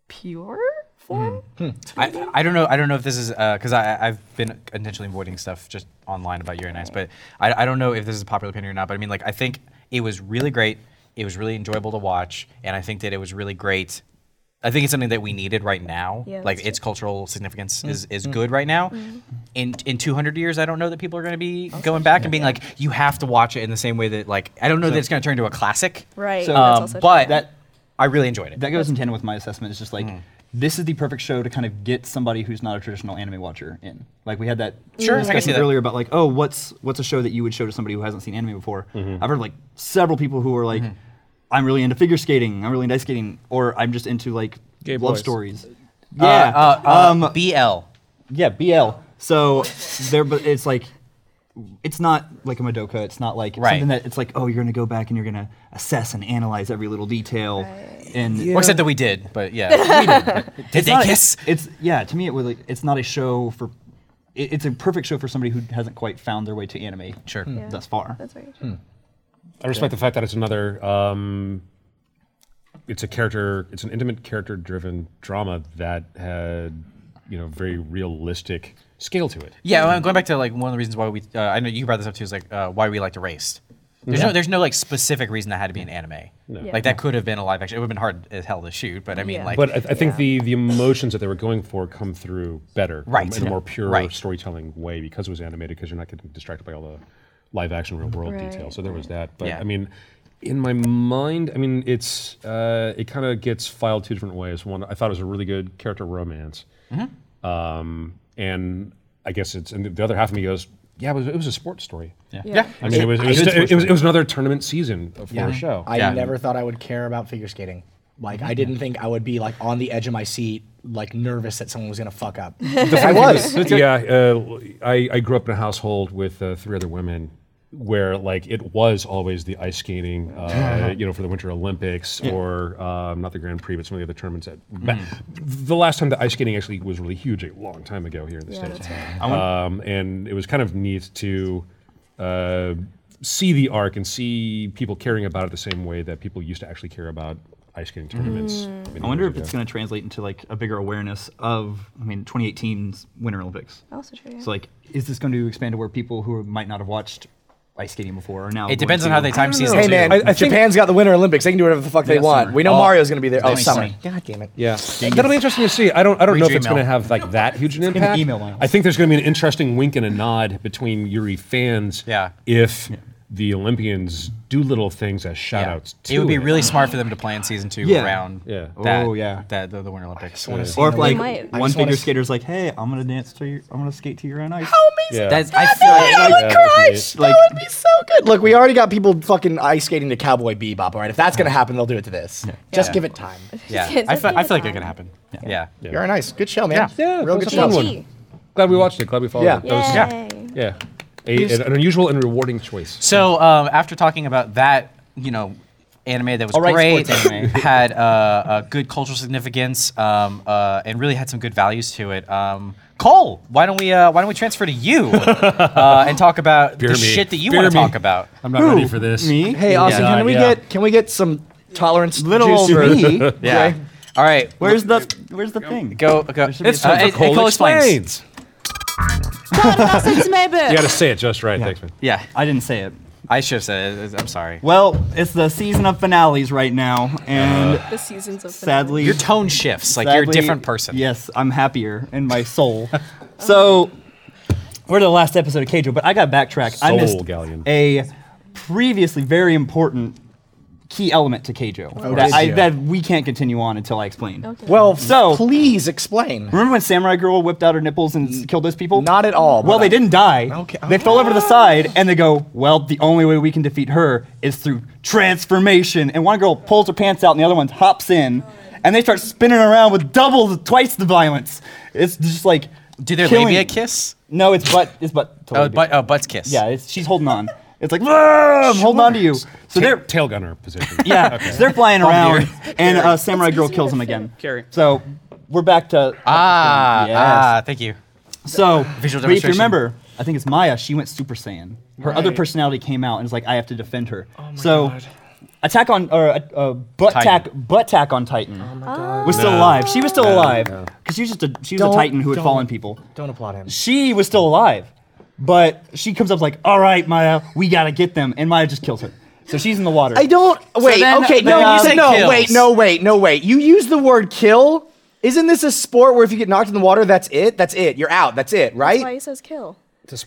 pure form.
Hmm. I, I don't know. I don't know if this is because I I've been intentionally avoiding stuff just online about Yuri and Ice, but I, I don't know if this is a popular opinion or not. But I mean, like I think it was really great. It was really enjoyable to watch, and I think that it was really great. I think it's something that we needed right now.
Yeah,
like
that's
its cultural significance is, is good right now. In in 200 years, I don't know that people are going to be going back and being like, you have to watch it in the same way that like I don't know that it's going to turn into a classic.
Right.
So-
that's
Um,
also
but
true.
That-
I really enjoyed it.
that goes in tandem with my assessment. It's just like
Mm.
this is the perfect show to kind of get somebody who's not a traditional anime watcher in. Like we had that
Sure, I can see
discussion
that.
earlier about like, oh, what's what's a show that you would show to somebody who hasn't seen anime before?
Mm-hmm.
I've heard like several people who are like, I'm really into figure skating, I'm really into ice skating, or I'm just into like
Gay
love
boys.
stories.
Uh,
Yeah,
uh, uh,
um,
BL.
yeah, BL. So there, but it's like, it's not like a Madoka. It's not like
Right.
something that it's like, oh, you're gonna go back and you're gonna assess and analyze every little detail. And
Or except that we did, but yeah. we did. but- Did they
not a-
kiss?
It's yeah. To me, it really it's not a show for. It, it's a perfect show for somebody who hasn't quite found their way to anime.
Sure.
Yeah.
Thus far.
that's very true.
I respect the fact that it's another. Um, it's a character. It's an intimate character-driven drama that had, you know, very realistic scale to it.
Yeah, well, going back to like one of the reasons why we, uh, I know you brought this up too, is like uh, why we liked Erased. There's no, there's no like specific reason that had to be an anime.
Yeah.
Like that could have been a live action. It would have been hard as hell to shoot, but I mean,
Yeah.
like,
But uh, I, I think the the emotions that they were going for come through better, um,
Right.
in a more pure
Right.
storytelling way because it was animated. Because you're not getting distracted by all the live action, real world
Right,
detail. So there was that. But
Yeah.
I mean, in my mind, I mean, it's uh, it kind of gets filed two different ways. One, I thought it was a really good character romance, um, and I guess it's and the other half of me goes, yeah, it was, it was a sports story. Yeah.
yeah,
I mean, it was it was,
good
it was, it was another tournament season for
Yeah.
a show.
I
Yeah.
never thought I would care about figure skating. Like I didn't think I would be like on the edge of my seat, like nervous that someone was gonna fuck up. I was.
yeah, uh, I, I grew up in a household with uh, three other women where like it was always the ice skating, uh, you know, for the Winter Olympics or um, not the Grand Prix, but some of the other tournaments. That ma- the last time that ice skating actually was really huge, a long time ago here in the
Yeah,
states,
that's
um, and it was kind of neat to. Uh, see the arc and see people caring about it the same way that people used to actually care about ice skating tournaments. many
I wonder
years
if it's
ago.
going to translate into like a bigger awareness of, I mean, 2018's Winter Olympics.
Also true. yeah.
So like, is this going to expand to where people who might not have watched ice skating before are now?
It depends on how they time season
Hey
two.
man,
I- I think-
Japan's got the Winter Olympics. They can do whatever the fuck they
Yeah,
want.
summer.
We know
Oh,
Mario's gonna be there. Oh,
next
summer.
summer.
God damn it.
Yeah, that'll be interesting to see. I don't, I don't know if it's
Reach your
going to
email.
have like that huge an
gonna
impact.
email Miles.
I think there's going to be an interesting wink and a nod between Yuri fans.
Yeah.
If the Olympians do little things as shout
Yeah.
outs to
It would be really smart for them to plan season two
Yeah.
around
Yeah.
that,
Oh, yeah.
that the, the Winter Olympics. Uh,
wanna see
Or if
We
like
might. I just
one
wanna
figure
s-
skater's like, hey, I'm gonna dance to your, I'm gonna skate to your own ice.
Yeah.
That's, I feel like,
Yeah, that'd be neat.
Like,
That'd be so good. Look, we already got people fucking ice skating to Cowboy Bebop. All right, if that's gonna happen, they'll do it to this. Just
Yeah.
give it time.
yeah,
It's
I feel, I feel like that
fine.
could happen. Yeah.
Yeah.
You're nice. Good show, man.
Yeah,
real
that
good
was a
show.
fun one. Glad we watched it. Glad we followed
Yeah.
it. That was-
Yeah.
Yay.
yeah. A, an, an unusual and rewarding choice.
So um, after talking about that, you know, anime that was
All right,
great,
sports anime.
had uh, a good cultural significance, um, uh, and really had some good values to it. Um, Cole, why don't we uh, why don't we transfer to you uh, and talk about
Fear
the
me.
shit that you
Fear
want
me.
to talk about?
I'm not ready for this. Me?
Hey,
Yeah.
Austin,
God,
can we
yeah.
get can we get some tolerance
Little
juice
old
for-
me.
Okay.
Yeah. All right.
Where's the Where's the thing?
Go. go.
should be
It's
a
uh,
time
it-
for Cole
Cole explains.
You got to say it just right, Dexman.
Yeah.
I didn't say it.
I should have said it. I'm sorry.
Well, it's the season of finales right now, and
The seasons of
sadly,
Your tone shifts. Uh, Like you're a
sadly-
different person.
Yes, I'm happier in my soul. so we're to the last episode of Keijo, but I got backtracked. I
Soul
missed
galleon.
a previously very important key element to Keijo that,
did
I,
you?
that we can't continue on until I explain.
Well,
So-
please explain.
Remember when Samurai Girl whipped out her nipples and s- killed those people?
Not at all.
Well,
but
they didn't die.
Okay.
They fell over to the side and they go, Well, the only way we can defeat her is through transformation. And one girl pulls her pants out and the other one hops in and they start spinning around with double, the- twice the violence. It's just like.
Do their
killing-
labia kiss?
No, it's butt. It's butt. to
Oh,
labia.
but, oh, butts kiss.
Yeah, it's, she's holding on. It's like, "Whoa, I'm holding on to you. So
Ta-
they're.
tail gunner position.
Yeah, so they're flying around, and uh, Samurai Girl
me,
kills
I
him
feel-
again.
Carrie.
So we're back to
Ah,
Yes.
ah, thank you.
So,
Visual
but if you
demonstration.
remember, I think it's Maya. She went Super Saiyan. Her other personality came out, and it's like I have to defend her. Oh my so, attack on or uh, uh, butt
Titan.
tack butt tack on Titan was still
No.
alive. She was still
No,
alive
no.
because she was just a she was
Don't-
a Titan who had
don't.
fallen people.
Don't applaud him.
She was still alive, but she comes up like, "All right, Maya, we gotta get them," and Maya just kills her. So she's in the water.
I don't. Wait.
then-
okay.
then
No. You
you
said
say
no.
kills.
Wait. No. Wait. No. Wait. You use the word kill. Isn't this a sport where if you get knocked in the water, that's it? That's it. You're out. That's it.
That's why
Right?
he says kill.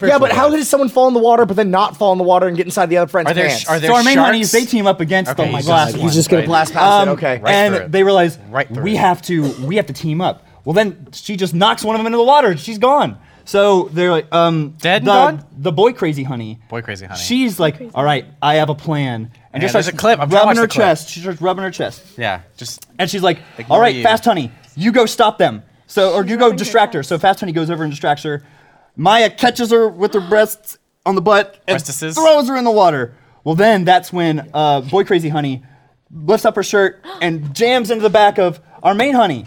Yeah. But how did someone fall in the water but then not fall in the water and get inside the other friend's
Are there
pants?
sh- are there
so our main
sharks?
honeys they team up against
Okay,
them.
you
Like
just-
last
you
one.
He's just gonna
Right.
blast past
Um,
it. Okay.
Right through it.
and they realize
Right through
we
it.
have to we have to team up. Well, then she just knocks one of them into the water. and She's gone. So they're like, um,
Dead and
the,
gone?
the boy crazy honey.
Boy crazy honey.
She's like, all right, I have a plan, and
Yeah,
just starts
there's a clip. I'm trying to watch
rubbing her
the clip.
chest. She starts rubbing her chest,
Yeah. Just
and she's like,
Ignore
all right,
you.
fast honey, you go stop them. So or
She's
you go
rubbing her
distract her.
chest.
So fast honey goes over and distracts her. Maya catches her with her breasts on the butt and
Breastises?
throws her in the water. Well, then that's when uh, boy crazy honey lifts up her shirt and jams into the back of our main honey.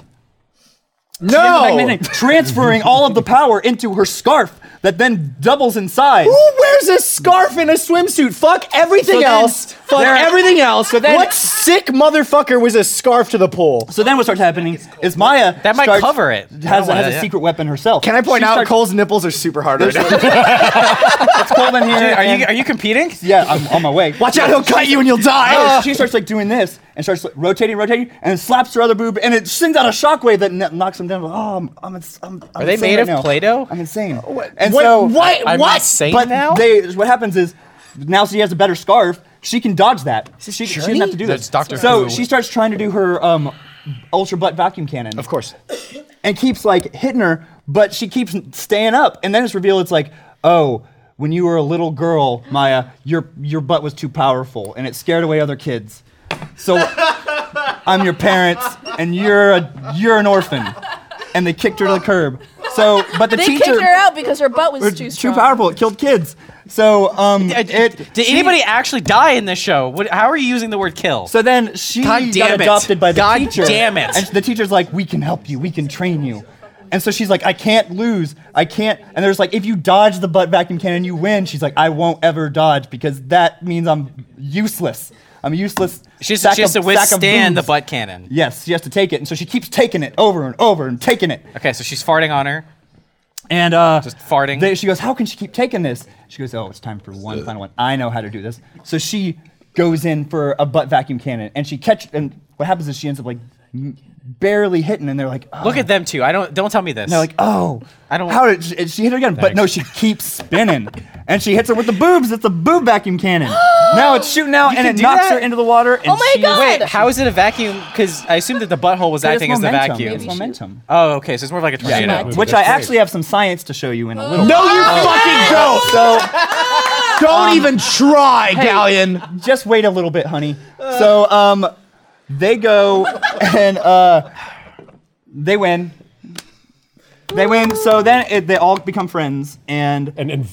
Jams into the back of main honey, transferring all of the power into her scarf that then doubles in size.
Who wears a scarf and a swimsuit? Fuck everything
So then-
else. Fuck
there-
everything else.
So then-
what sick motherfucker was a scarf to the pool?
So then what starts happening is Maya
That might
starts-
cover it.
Has,
Yeah,
has
yeah.
a secret weapon herself.
Can I point
She
out
starts-
Cole's nipples are super hard right now?
It's cold in here.
are
and-
you are you competing?
Yeah, I'm on my way.
Watch out, he'll cut you and you'll
No,
die. Oh,
she starts like doing this and starts like, rotating, rotating, and slaps her other boob, and it sends out a shockwave that kn- knocks him down. Oh, I'm, I'm, ins- I'm, I'm
Are they
insane
made
right
of
now.
Play-Doh?
I'm insane. And
what?
so,
what?
I'm
what?
insane
but
now.
they, what happens is now she has a better scarf. She can dodge that. She, she doesn't have to do
That's
this.
Dr.
So
Who.
she starts trying to do her um, ultra butt vacuum cannon.
Of course.
and keeps like hitting her, but she keeps staying up. And then it's revealed it's like, oh, when you were a little girl, Maya, your your butt was too powerful, and it scared away other kids. So I'm your parents, and you're a you're an orphan. And they kicked her to the curb. So, but the
They
teacher
kicked her out because her butt was
was
too
too,
strong.
powerful. It killed kids. So, um,
Uh,
it,
d- Did
she-
anybody actually die in this show? What, how are you using the word kill?
So then she
God damn
got
it.
adopted by the
God
teacher.
damn it.
And the teacher's like, "We can help you. We can train you." And so she's like, "I can't lose. I can't." And there's like, "If you dodge the butt vacuum cannon, you win." She's like, "I won't ever dodge because that means I'm useless. I'm useless."
She's,
sack
she has
of-
to
sack of
withstand the
boobs."
butt cannon.
Yes, she has to take it, and so she keeps taking it over and over and taking it.
Okay, so she's farting on her.
And uh,
Just farting.
They, she goes, "How can she keep taking this?" She goes, "Oh, it's time for one final one. I know how to do this." So she goes in for a butt vacuum cannon, and she catch. And what happens is she ends up like m- barely hitting, and they're like, oh.
Look at them two. I don't don't tell me this.
They're like, "Oh,
I don't-
How did she, and she hit her again? But no, she keeps spinning, and she hits her with the boobs. It's a boob vacuum cannon. now it's shooting out,
You
and
can
it
do
knocks
that? Oh
her into the water. And
Oh my
she,
God!
wait, how is it a vacuum? Because I assumed that the butthole was
But it's
acting as the
momentum.
vacuum.
It's momentum.
Oh, okay, so it's more of like a tornado.
Movie,
Which I
that's great.
actually have some science to show you in a little. Oh.
No, you fucking don't.
So. um,
Don't even try, Galleon.
just wait a little bit, honey. So um, they go and uh, they win. They win. So then it, they all become friends, and
And, and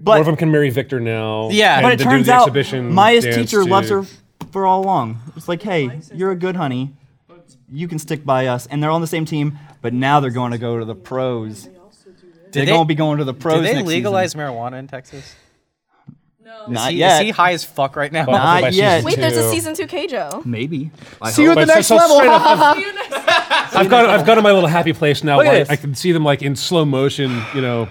but
more of them can marry Victor now.
Yeah.
and
but it
to do
turns
the
out
exhibition
Maya's
dance
teacher
to-
loves her for all along. It's like, hey, you're a good honey. You can stick by us, and they're on the same team. But now they're going to go to the pros, They're gonna be going to the pros
Did they
next season.
legalize marijuana in Texas? No.
Not
is he,
yet.
Is he high as fuck right now?
Well, Not by season yet.
Wait, there's a
Two.
season two Keijo.
Maybe.
See you at the next level. I've got I've got to my little happy place now.
Look at
where I-
this.
I can see them like in slow motion. You know.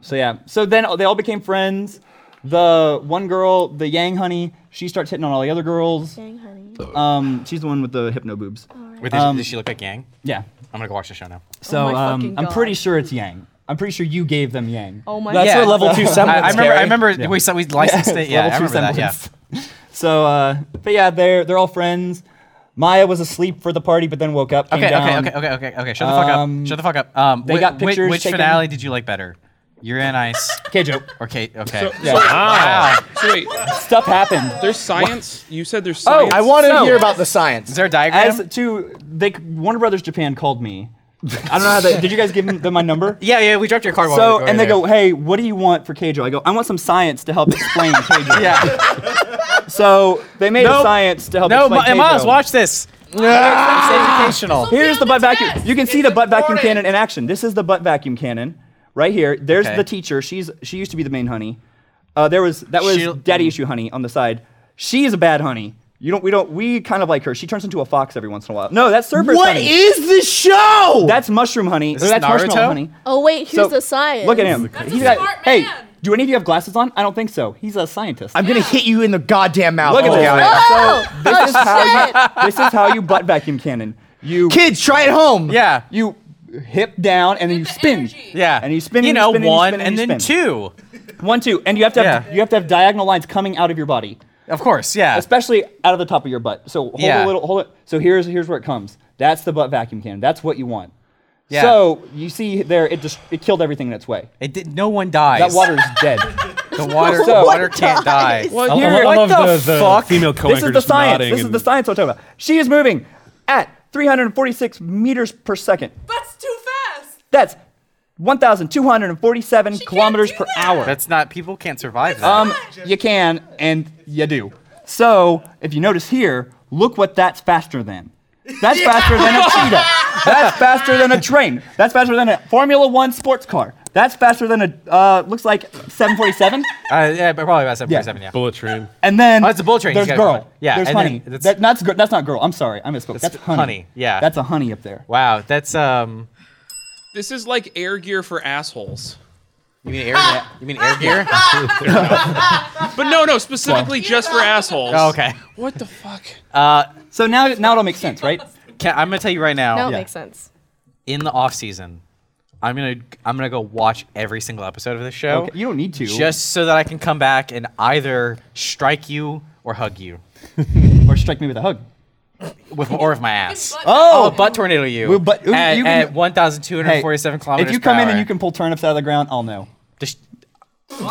So yeah. So then they all became friends. The one girl, the Yang honey, she starts hitting on all the other girls. Yang honey. Um, she's the one with the hypno boobs.
Wait, does,
Um,
does she look like Yang?
yeah.
I'm gonna go watch the show now.
So
Oh my
um,
fucking
I'm
God.
pretty sure it's Yang. I'm pretty sure you gave them Yang.
Oh my
That's
god.
what level two semblance,
I- I
Gary. Yeah. Yeah, yeah, I
it's level two
remember that, yeah.
semblance. So, uh, but yeah, they're they're all friends. Maya was asleep for the party, but then woke up. Came
Okay, okay,
down.
okay, okay, okay, okay. Shut the fuck
Um,
up. Shut the fuck up. Um,
they
whi-
got
whi-
pictures
Which
taken.
finale did you like better? You're in ice.
Keijo.
Or Kate. Okay.
So,
Yeah.
so-
Wow.
So wait,
Stuff happened.
there's science. You said there's
Oh,
science.
science. Is there a diagram?
As to they, Warner Brothers Japan called me. I don't know how they. Did you guys give them my number?
yeah, yeah. We dropped your card. while we
So
were
and they
there.
go, hey, what do you want for Keijo? I go, I want some science to help explain Keijo. yeah. So they made a
Nope.
science to help
No,
explain
Ma-
Keijo.
Miles, watch this.
Ah!
It's educational.
Here's the butt vacuum. You can see the butt vacuum cannon in action. This is the butt vacuum cannon, right here. There's
Okay.
the teacher. She's she used to be the main honey. Uh, there was that was
She'll-
daddy issue honey on the side. She's a bad honey. You don't. We don't. We kind of like her. She turns into a fox every once in a while. No, that's serpent.
What
What is
is this show?
That's mushroom honey.
this
that's
Naruto?
marshmallow honey.
Oh wait,
So,
who's the science?
Look at him. He's got- Hey, do any of you have glasses on? I don't think so. He's a scientist.
I'm gonna hit you in the goddamn mouth.
Look at
Oh,
this.
yeah.
So this, is how you, this is how you butt vacuum cannon. You kids
try it home.
Yeah.
You hip down and then you spin.
Yeah.
And you spin.
You
and
know,
spin,
one
and, you spin,
and
you
then
spin.
two.
One, two, and you have to have, you have to have diagonal lines coming out of your body.
Of course, yeah.
Especially out of the top of your butt. So hold
Yeah.
a little, hold it. So here's here's where it comes. That's the butt vacuum cannon. That's what you want.
Yeah.
So you see there, it just it killed everything in its way.
It did. No one dies.
That water is dead.
The water, the water can't die.
Well,
I- I
here-
love
what
the-
the,
the
fuck?
female
this
co-anchor
is the
just
science.
nodding
This is
and-
the science I'm talking about. She is moving at 346 meters per second.
That's too fast.
That's 1,247 kilometers per hour.
That's not. People can't survive that.
Um, you can and you do. So if you notice here, look what that's faster than. That's faster than a cheetah. That's faster than a train. That's faster than a Formula One sports car. That's faster than a uh, looks like 747.
Uh, yeah, but probably about 747, yeah.
Bullet train.
And then
Oh, it's a bullet train.
There's
He's got a bullet.
girl.
Yeah,
There's
and then
honey.
that's-
That- that's gr- that's not girl. I'm sorry, I misspoke. That's honey.
honey, yeah.
That's a honey up there.
Wow, that's um.
This is like air gear for assholes.
You mean air?
Ah!
you mean air gear?
but no, no, specifically just for assholes.
Oh, okay.
What the fuck?
Uh,
so now now it'll make sense, right?
Can, I'm gonna tell you right now.
No, it makes sense.
In the off season, I'm gonna I'm gonna go watch every single episode of this show.
Okay, you don't need to.
Just so that I can come back and either strike you or hug you
Or strike me with a hug.
with or with my ass.
Oh!
I'll butt tornado you.
We'll butt- you
at,
can-
at 1,247 kilometers.
If you
per
come in
hour.
and you can pull turnip out of the ground, I'll know.
Just,
Do
is
you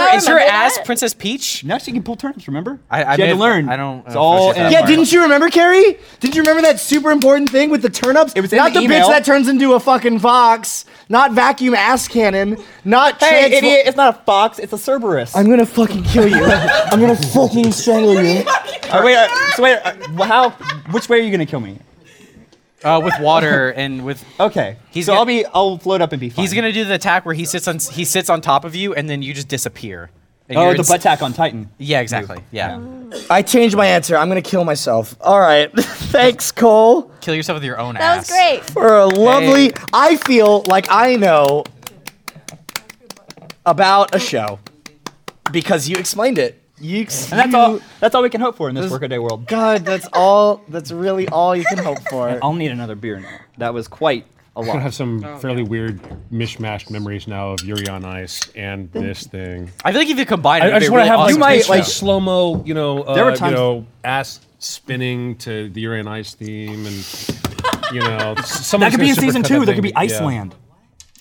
your,
not
is your
remember
ass
that?
Princess Peach?
No, she can pull turnips. Remember?
I, I
She had
may
to
have-
learn.
I don't.
It's all in-
Yeah, didn't you remember, Carrie? Did you remember that super important thing with the turnips? It was in not the
email.
bitch that turns into a fucking fox, not vacuum ass cannon, not
Hey,
transfo-
idiot! It's not a fox. It's a Cerberus.
I'm gonna fucking kill you. I'm gonna fucking strangle you.
Uh, wait, uh, so wait. uh, wh- how? Which way are you gonna kill me?
Uh, with water and with.
Okay.
He's
so
gonna-
I'll be. I'll float up and be fine.
He's gonna do the attack where he sits on he sits on top of you and then you just disappear. And
Oh,
you're
the
ins-
butt tack on Titan.
Yeah, exactly. Yeah.
Oh,
I changed my answer. I'm gonna kill myself. All right. Thanks, Cole.
Kill yourself with your own
That
ass.
was For a lovely. I feel like I know about a show because you explained it. You ex-
And that's all. That's all we can hope for in this workaday world.
God, that's all. That's really all you can hope for.
I'll need another beer now. That was quite a
I'm gonna
lot.
have some
Oh,
fairly weird mishmashed memories now of Yuri on Ice and this thing.
I feel like if you combine it,
I, I
it'd
just
be
want
really
to have
awesome
like,
picture.
like slow mo, you know, uh,
There were
you
times-
know, ass spinning to the Yuri on Ice theme, and you know, s-
that
someone's
could be in
gonna
season
supercut
two. That
thing.
could be
Yeah.
Iceland.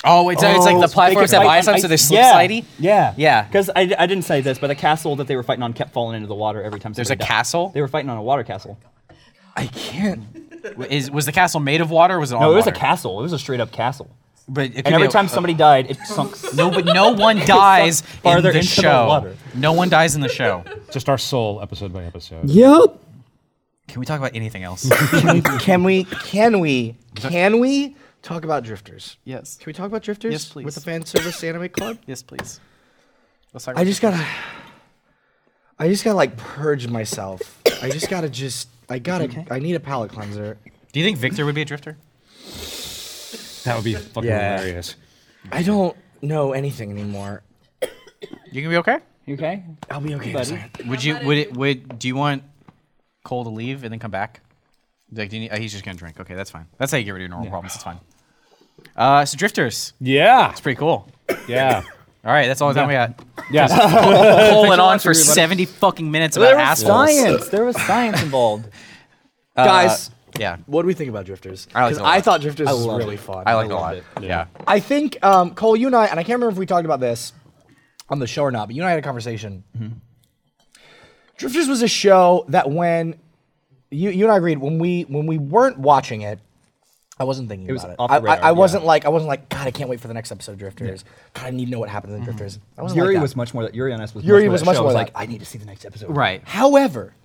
Oh, it's, it's like the platforms have ice on, so they slip
yeah.
slidey.
Yeah.
Yeah.
Because I, I didn't say this, but the castle that they were fighting on kept falling into the water every time.
There's
somebody
a
died.
castle?
They were fighting on a water castle.
W- Is was the castle made of water? or Was it all
no, it was
water?
a castle. It was a straight up castle.
But it could
and every
be a-
time somebody died, it sunk.
No, but no one
It sunk
dies in
farther
the
into the
show.
water.
No one dies in the show.
Just our soul, episode by episode.
Yep.
Can we talk about anything else?
can we? Can we? Can we
talk about drifters.
Yes.
Can we talk about drifters?
Yes, please.
With the fan service anime club.
Yes, please. Let's talk
I just gotta. I just gotta like purge myself. I just gotta just. I gotta. I need a palate cleanser.
Do you think Victor would be a drifter?
That would be fucking
Yeah.
hilarious.
I don't know anything anymore.
You gonna be okay?
You okay?
I'll be okay. in a
Buddy?
second.
Would you? Would it? Would do you want Cole to leave and then come back? Like, do you need, uh, he's just gonna drink. Okay, that's fine. That's how you get rid of your normal problems. It's fine. Uh, so drifters.
Yeah.
It's pretty cool.
Yeah.
All right, that's all the time we got.
Yes.
Pulling on
lots,
for
everybody.
seventy fucking minutes about
There was
assholes.
science. There was science involved.
Uh,
Guys.
Yeah,
What do we think about drifters?
I liked
'Cause
it a lot.
I thought drifters
I
was
loved
really
it.
fun.
I like it a lot. Yeah.
I think um, Cole, you and I, and I can't remember if we talked about this on the show or not, but you and I had a conversation.
Mm-hmm.
Drifters was a show that when you you and I agreed when we when we weren't watching it, I wasn't thinking
was
about it.
off the
I, I-
radar,
I,
yeah.
wasn't like I wasn't like God, I can't wait for the next episode of Drifters. God, I need to know what happens in Drifters. I wasn't
Mm-hmm. Yuri
like that.
was much more. That Yuri on us was.
Yuri
much
was
that
much
show. I
more
was
like I need to see the next episode.
Right.
However,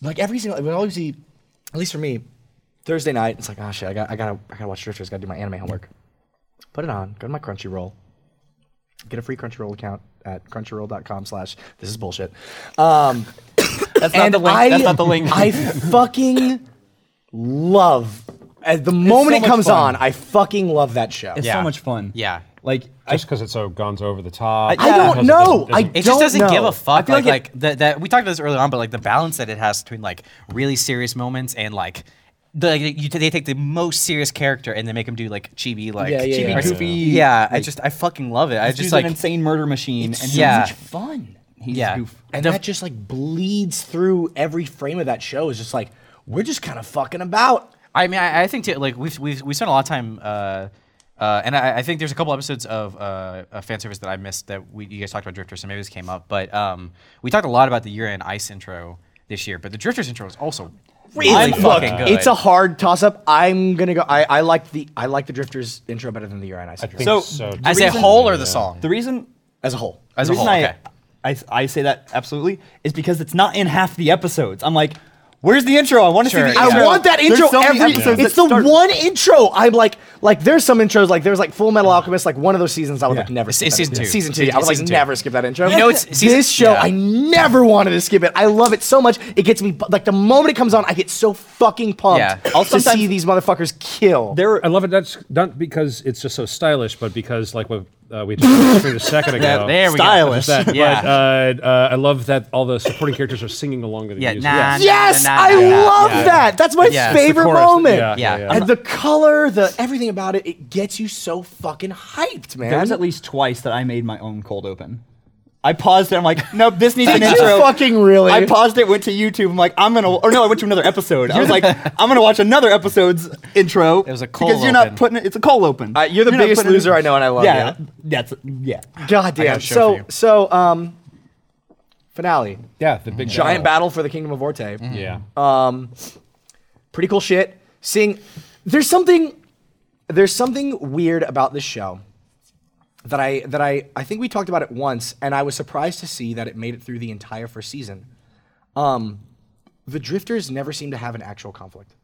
like every single when I always see, at least for me, Thursday night it's like oh shit I got I gotta I gotta watch Drifters. Gotta do my anime homework. Put it on. Go to my Crunchyroll. Get a free Crunchyroll account at crunchyroll.com/slash. This is bullshit. Um,
That's not
and
the link.
I,
that's not the link.
I fucking love. At the moment
so
it
much
comes
fun.
on, I fucking love that show.
it's
Yeah.
so much fun.
yeah.
Like I,
Just because it's so gonzo over the top.
I don't
because it
know.
doesn't- doesn't-
I-
It just
Don't
doesn't give
know.
a fuck.
feel
like
like
like that that we talked about this earlier on, but like the balance that it has between like really serious moments and like. The, like, you, they take the most serious character and they make him do like chibi, like
Yeah, yeah, Chibi,
or-
goofy,
Yeah, I just I fucking love it. I just
dude's
like
an insane murder machine, and he
yeah.
has such fun. He's
Yeah.
a goof.
and
The-
that just like bleeds through every frame of that show. Is just like we're just kind of fucking about.
I mean, I, I think too, like we've we've we spent a lot of time, uh, uh, and I, I think there's a couple episodes of uh, a fan service that I missed that we you guys talked about Drifters, so maybe this came up, but um, we talked a lot about the year in Ice intro this year, but the Drifters intro is also really
I'm
fucking
look,
good.
It's a hard toss up. I'm gonna go. I, I like the I like the Drifters intro better than the Urine Ice
I
intro
think
So,
so.
the
as a
reason-
whole or the
Yeah.
song.
The reason,
as a whole.
As
the
a whole,
reason
okay.
I, I I say that absolutely is because it's not in half the episodes. I'm like, where's the intro? I want to
Sure,
see the
yeah.
I
intro.
want that
There's
intro
so many
every.
episodes
It's
that
the
start-
one intro. I'm like, like there's some intros like there's like Full Metal Alchemist. Like one of those seasons, I would
Yeah.
like never.
It's-
skip
it's
that
season
intro.
two.
Season two.
It's-
yeah, I would
it's
like
season two.
never skip that intro.
You know it's season-
this show.
yeah.
I never wanted to skip it. I love it so much. It gets me like the moment it comes on, I get so fucking pumped
Yeah.
to
Also,
see
sometimes-
these motherfuckers kill.
There, were- I love it. That's not because it's just so stylish, but because like what uh, we just through a second ago.
there we
Stylish.
go.
That,
Yeah.
But uh, uh, I love that all the supporting characters are singing along to the
Yeah,
music.
nah, nah,
Yes,
nah, nah,
I
nah,
love
yeah.
that. That's my
Yeah. It's the
favorite
chorus that-
moment.
yeah,
Yeah.
yeah, yeah.
And the color, the everything about it, it gets you so fucking hyped, man.
There was at least twice that I made my own cold open. I paused it. I'm like, nope, this needs an
Did you
intro.
fucking really?
I paused it, went to YouTube. I'm like, I'm gonna, or no, I went to another episode. I was like, I'm gonna watch another episode's intro. It
was a
because
cold
you're not
open.
putting it. It's a cold open.
Uh, you're the
not
biggest
putting it-
loser I know, and I love
yeah,
you.
that's yeah.
God
I got
damn.
a show for
So
you.
so um finale.
yeah, the big
Oh.
Giant battle for the Kingdom of Orte.
Mm-hmm.
Yeah.
Pretty cool shit. Seeing there's something there's something weird about this show that I that I I think we talked about it once, and I was surprised to see that it made it through the entire first season. Um, the Drifters never seem to have an actual conflict.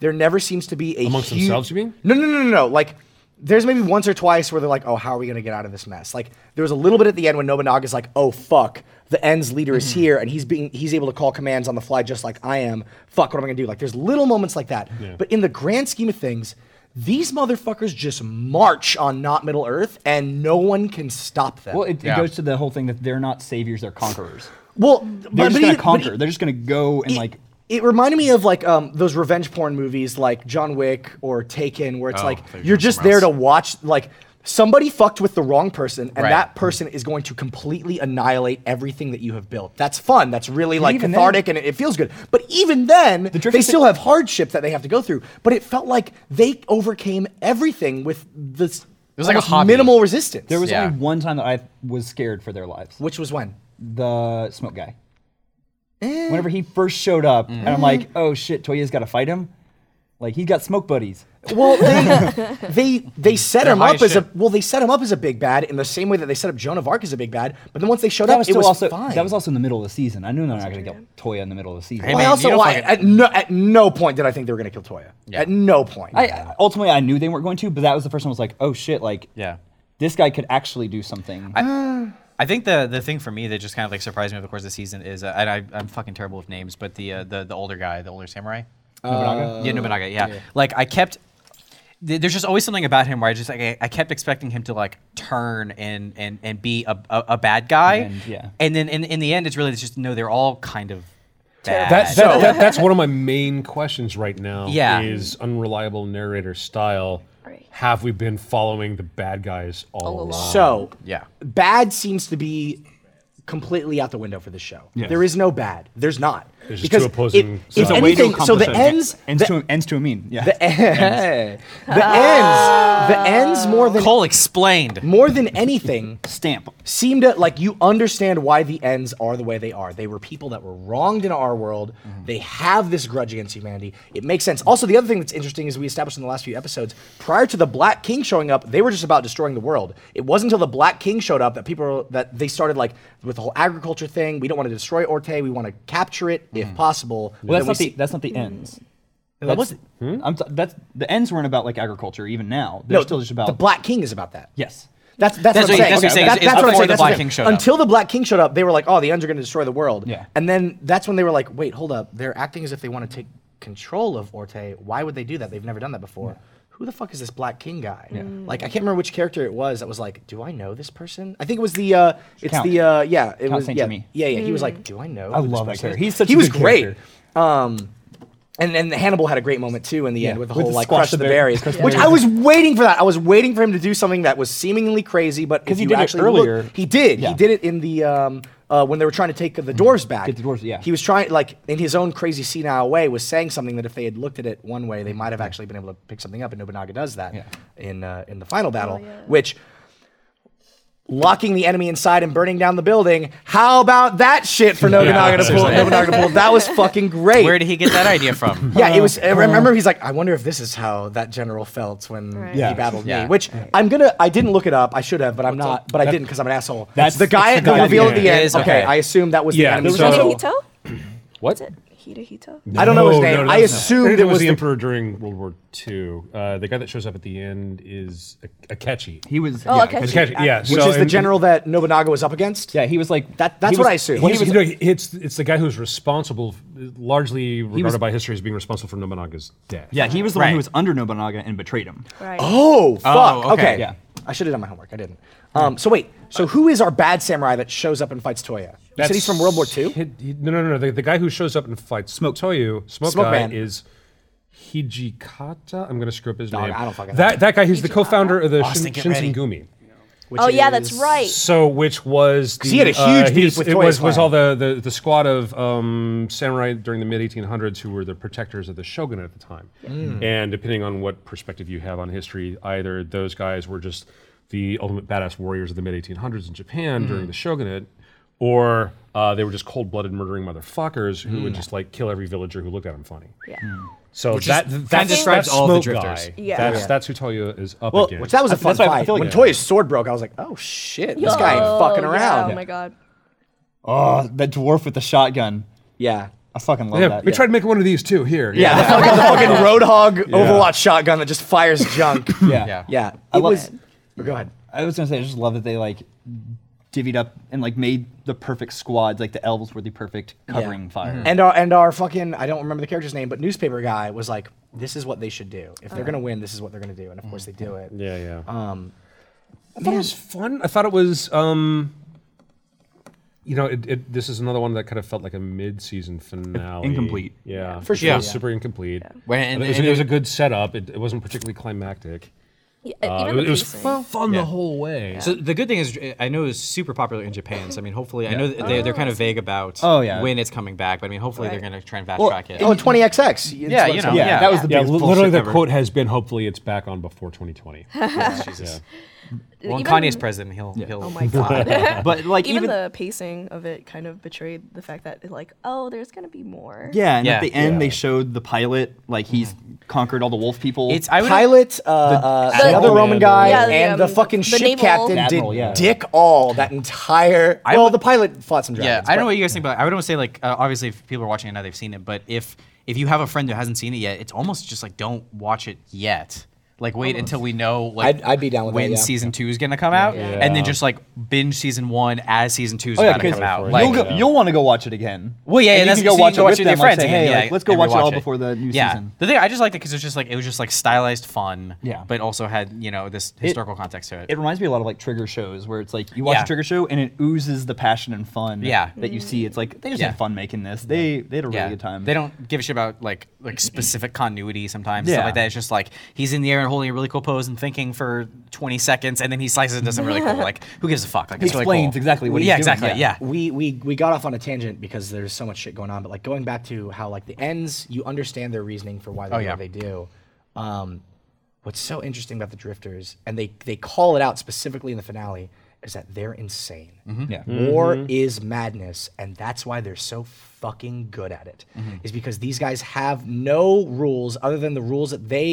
There never seems to be a
Amongst
hu-
themselves, you mean?
No, no, no, no, no. Like there's maybe once or twice where they're like, "Oh, how are we gonna get out of this mess?" Like there was a little bit at the end when Nobunaga's like, "Oh fuck." The end's leader is here, and he's being he's able to call commands on the fly just like I am. Fuck, what am I gonna do? Like, there's little moments like that, but in the grand scheme of things, these motherfuckers just march on not Middle Earth, and no one can stop them.
Well,
Well,
it, it
Yeah.
goes to the whole thing that they're not saviors; they're conquerors.
but,
They're just
but
gonna
even- but
conquer.
e-
they're just gonna go and
it,
like.
it reminded me of like um, those revenge porn movies like John Wick or Taken, where it's
Oh, I
like
thought you were
you're
going
just
somewhere
there
else.
to watch like. Somebody fucked with the wrong person, and
Right.
that person is going to completely annihilate everything that you have built. That's fun. That's really like
even
cathartic, and it, it feels good. But even then,
drift
they
is-
still have hardship that they have to go through. But it felt like they overcame everything with this
was like a
almost
hobby.
minimal resistance.
There was
Yeah.
only one time that I was scared for their lives.
which was when
The smoke guy. Whenever he first showed up, and I'm like, oh shit, Toya's got to fight him. Like he's got smoke buddies.
Well, they they they set
Mm, They're
him
high
up as
shit.
a well. They set him up as a big bad in the same way that they set up Joan of Arc as a big bad. But then once they showed
that
up,
was
it
still
was
also
fine.
that was also in the middle of the season. I knew they were not going to get Toya in the middle of the season.
Well, I also why, at no at no point did I think they were going to kill Toya. At no point.
I- I ultimately I knew they weren't going to, but that was the first one. I was like, oh shit, like
Yeah.
this guy could actually do something.
I, I think the the thing for me that just kind of like surprised me over the course of the season is, uh, and I, I'm fucking terrible with names, but the uh, the the older guy, the older samurai,
Nobunaga?
yeah, Nobunaga, yeah.
yeah.
Like I kept, th- there's just always something about him where I just like I, I kept expecting him to like turn and and and be a a, a bad guy,
And, yeah.
And then in, in the end, it's really just no, they're all kind of bad.
That, that, that, that's one of my main questions right now.
Yeah.
Is unreliable narrator style. Have we been following the bad guys all, along?
So
um,
yeah,
bad seems to be completely out the window for this show.
Yes.
There is no bad. There's not.
There's just
because
two opposing
If,
sides.
if
It's a way to
anything, so the
accomplish it.
ends
Ends
the,
to ends to a mean. Yeah.
the, ends. the ends the ends more than
Cole explained
more than anything
stamp
seem to like you understand why the ends are the way they are. They were people that were wronged in our world.
Mm-hmm.
They have this grudge against humanity. It makes sense. Also, the other thing that's interesting is we established in the last few episodes, prior to the Black King showing up, they were just about destroying the world. It wasn't until the Black King showed up that people that they started like with the whole agriculture thing. We don't want to destroy Orte. We want to capture it if possible.
Mm-hmm. well, that's
Then
not
we
the
see-
that's not the ends.
That
That's-
wasn't-
I'm t- that's the ends weren't about like agriculture even now. They're
No,
still just about
the Black King is about that.
Yes.
That's that's,
That's
what,
what-
I'm
that's
saying.
what I'm saying.
That-
It's- it's
that's what I'm
before
saying.
the Black
That's what I'm
King
saying.
showed up.
Until the Black King showed up, they were like, "Oh, the Ends are going to destroy the world."
Yeah.
And then that's when they were like, "Wait, hold up. They're acting as if they want to take control of Orte. Why would they do that? They've never done that before." Who the fuck is this Black King guy? Mm.
Yeah.
Like I can't remember which character it was that was like, "Do I know this person?" I think it was the uh it's
Count.
the uh yeah, it
Count
was
Saint
yeah.
Germain.
Yeah, yeah, he was like, "Do I know?"
I
who this
love that
person
character.
is?"
He's such
He
a
was
good
great.
character.
Um and and Hannibal had a great moment too in the
Yeah,
end with the
with
whole
the
like
squash
crush
the
the
bear-
berries,
crush the
which
berries.
I was waiting for that. I was waiting for him to do something that was seemingly crazy, but if
he
you
did it
actually look-
earlier.
he did.
Yeah. Mm-hmm.
He did it in the um, uh, when they were trying to take the dwarves back.
Get the dwarves, yeah.
He was trying like in his own crazy senile way was saying something that if they had looked at it one way, they might have actually been able to pick something up. And Nobunaga does that
Yeah.
in uh, in the final battle, which. Locking the enemy inside and burning down the building. How about that shit for Nobunaga to pull?
seriously.
Nobunaga to pull. That was fucking great.
Where did he get that idea from?
Yeah, it was. I remember he's like, I wonder if this is how that general felt when
Yeah.
he battled
Yeah.
me. Which I'm gonna. I didn't look it up. I should have, but I'm not. But I didn't because I'm an asshole.
That's-
the guy
it's
at
the
the
guy at
reveal
the
at the
end.
end.
It is,
okay.
okay.
I assume that was
Yeah,
the enemy.
there was
general.
also-
Hidehito?
what?
Is it Hidehito?
I don't know his name. I
that's not-
assumed
It,
it
was,
was
the
the-
emperor during World War II. Uh, the guy that shows up at the end is a- Akechi.
He was
Oh,
yeah,
okay.
because-
Akechi, yeah.
which
so
is the
in-
general that Nobunaga was up against.
yeah, he was like
That- that's
he
what
was-
I assumed.
What
He
is-
was
you know, it's it's the guy who's responsible, largely regarded
was-
by history as being responsible for Nobunaga's death.
yeah, he was the one
Right.
who was under Nobunaga and betrayed him.
Right.
Oh fuck.
okay.
okay.
Yeah.
I should have done my homework. I didn't. Um, so wait. So who is our bad samurai that shows up and fights Toya? You said he's from World War II.
Hid- he- no, no, no, no. The, the guy who shows up and fights Smoke Toyu, Smoke,
Smoke
guy,
Man.
is Hijikata. I'm going to screw up his
Dog,
name.
I don't fucking know.
that, that guy, he's the co-founder of the
Austin, get
Shin,
ready.
Shinsengumi.
which
Oh yeah, that's
is-
right.
So, which was the,
he had a
uh,
huge beef
he's-
with
it
Toyo's
was, was
clan.
all the, the, the squad of um, samurai during the mid 1800s who were the protectors of the shogunate at the time. And depending on what perspective you have on history, either those guys were just the ultimate badass warriors of the mid 1800s in Japan
Mm-hmm.
during the shogunate, or uh, they were just cold-blooded murdering motherfuckers who would just like kill every villager who looked at them funny.
Mm. Yeah.
Hmm.
So
Which is-
that
kinda
that's,
describes
that's
all the
Smoke
drifters.
Guy.
Yeah.
That's,
Yeah.
that's who Toyo is up against.
Which that was a
I-
fun
that's why I
fight.
feel like-
when Toya's sword broke, I was like, "Oh shit, this guy ain't fucking around."
Oh my god.
Oh, that dwarf with the shotgun.
Yeah.
I fucking love
yeah,
that.
we tried to make one of these too here.
Yeah, the fucking, the fucking Roadhog Overwatch shotgun that just fires junk.
Yeah.
Yeah.
Yeah. It
I love
was. Oh, Go ahead.
I was gonna say, I just love that they like divvied up and like made the perfect squads. Like the elves were the perfect covering
Yeah.
Mm.
fire.
Mm-hmm.
And our and our fucking I don't remember the character's name, but newspaper guy was like, "This is what they should do. If they're gonna win, this is what they're gonna do." And of course they do it.
Yeah, yeah.
Um,
I thought it was fun. I thought it was, um, you know, it, it, this is another one that kind of felt like a mid-season finale.
incomplete.
Yeah,
For
it
sure,
was
yeah.
super incomplete.
When-
And
and-
it, was,
and
it was
it-
a good setup. It, it wasn't particularly climactic.
Yeah,
Uh,
even the
it was, it was
pacing.
fun, fun
Yeah.
the whole way.
So the good thing is, uh, I know it's super popular in Japan. So I mean, hopefully, I know that they, they're kind of vague about
Oh, yeah.
when it's coming back, but I mean, hopefully, they're going to try and fast
Well,
track it.
oh, 20XX.
Yeah, you know, yeah,
yeah, li- literally the quote has been, "Hopefully, it's back on before 2020."
Yeah,
Jesus.
Yeah.
Well, when
Even-
Kanye's president, he'll he'll.
Oh my god!
but
like,
even,
even-
the pacing of it kind of betrayed the fact that like oh there's gonna be more.
Yeah, and at the end
Yeah.
they showed the pilot like he's
Mm-hmm.
conquered all the wolf people.
It's pilot, uh, uh,
the-
another Roman
Admiral.
guy,
Yeah,
the,
and
um,
the fucking
the
ship
naval-
captain
Admiral,
did
yeah.
dick all that entire. well, the pilot fought some
Yeah,
dragons.
I don't know
but-
what you guys think about. It. I would almost say like, uh, obviously, if people are watching it now, they've seen it. But if if you have a friend who hasn't seen it yet, it's almost just like don't watch it yet. Like wait until we know like
I'd- I'd be down with that,
when
yeah.
season two is gonna come out,
Yeah.
and then
Yeah.
just like binge season one as season two is
Oh yeah,
about to
because
come out.
you'll,
Like, uh,
go, you'll want to go watch it again.
Well, yeah,
and
yeah
you
that's
can go
so
watch
can
it with
with
them.
your friends.
Like, say,
again,
hey,
yeah,
like, let's go
and
watch it
rewatch
all before the new
yeah.
season.
The thing I just liked it because it's just like it was just like stylized fun.
Yeah.
But also had you know this historical context to it.
It reminds me a lot of like trigger shows where it's like you watch
Yeah.
a trigger show and it oozes the passion and fun.
Yeah.
that you see. It's like they just
Yeah.
had fun making this. They they had a really
Yeah.
good time.
They don't give a shit about like like specific continuity sometimes
Yeah.
stuff like that. It's just like he's in the air and holding a really cool pose and thinking for 20 seconds, and then he slices and does something really cool. Like who gives a fuck? Like
He
it's really
explains
cool.
exactly
what
yeah,
he's doing,
exactly. Yeah.
We, we we got off on a tangent because there's so much shit going on. But like going back to how like the ends, you understand their reasoning for why they
Oh,
do
yeah.
what they do. Um, what's so interesting about the Drifters, and they they call it out specifically in the finale, is that they're insane.
Mm-hmm.
Yeah.
War
Mhm.
is madness, and that's why they're so fucking good at it. Is
Mm-hmm.
because these guys have no rules other than the rules that they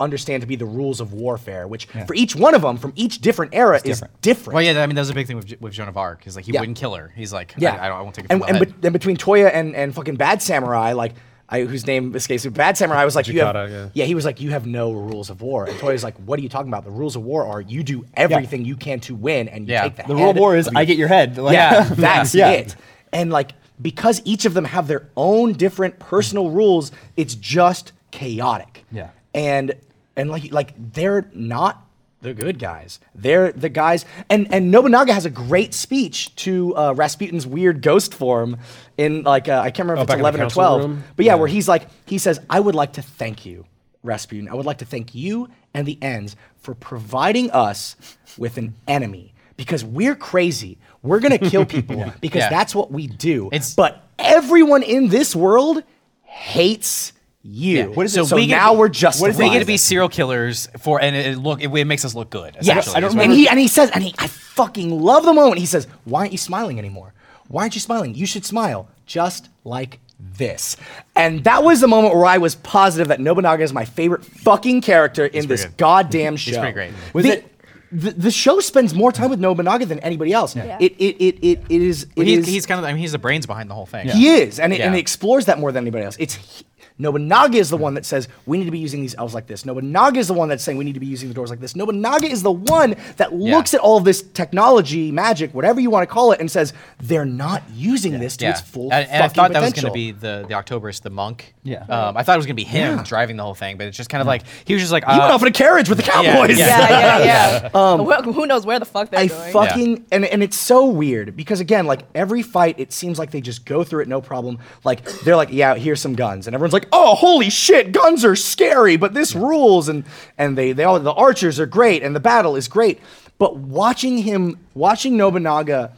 understand to be the rules of warfare, which for each one of them from each different era is different.
Well, yeah. I mean, that was a big thing with, Jo- with Joan of Arc. Is like he
Yeah.
wouldn't kill her. He's like,
Yeah,
I, I don't. I won't take it.
And,
from
and
the
be- then between Toya and, and fucking Bad Samurai, like I, whose name escapes me, Bad Samurai was like, you have,
Jukata, yeah.
he was like, you have no rules of war. And Toya's like, what are you talking about? The rules of war are you do everything you can to win, and you
Yeah.
take the.
The rule of
head.
war is I get your head. Like-
yeah,
Yeah.
that's
Yeah.
it. And like because each of them have their own different
Mm.
personal rules, it's just chaotic
Yeah.
and and like like they're not the good guys. They're the guys, and and Nobunaga has a great speech to uh, Rasputin's weird ghost form in like uh, I can't remember
Oh,
if
back
it's
in the
eleven or
council
twelve,
room?
but yeah, where he's like he says, "I would like to thank you, Rasputin. I would like to thank you and the ends for providing us with an enemy because we're crazy. We're gonna kill people because
Yeah.
that's what we do. but everyone in this world hates." You. What is so it? So now we're just
We get to be serial killers for, and it, it look it, it makes us look good.
Yes,
essentially, is what
and
it
he and he says, and he, I fucking love the moment. He says, "Why aren't you smiling anymore? Why aren't you smiling? You should smile, just like this." And that was the moment where I was positive that Nobunaga is my favorite fucking character in this
pretty good.
goddamn show.
pretty great.
Was the, it? The, the show spends more time with Nobunaga than anybody else. It, it, it, it, it is.
Well,
it
he's,
is-
he's kind of. I mean, he's the brains behind the whole thing.
He is, and it, and
Yeah.
it explores that more than anybody else. It's he- Nobunaga is the one that says we need to be using these elves like this. Nobunaga is the one that's saying we need to be using the doors like this. Nobunaga is the one that looks at all of this technology, magic, whatever you want to call it, and says they're not using this to its full
and,
fucking
and I thought that was
potential.
going to be the the Octoberist, the monk.
Yeah.
Um, I thought it was going to be him driving the whole thing, but it's just kind of like he was just like uh,
you went off in a carriage with the
Yeah,
cowboys.
yeah.
yeah, Um, yeah. Well, who knows where the fuck they're
I
going?
fucking and and it's so weird because again, like every fight, it seems like they just go through it no problem. Like they're like, yeah, here's some guns, and everyone's like, oh, holy shit, guns are scary, but this rules, and and they they all the archers are great, and the battle is great, but watching him, watching Nobunaga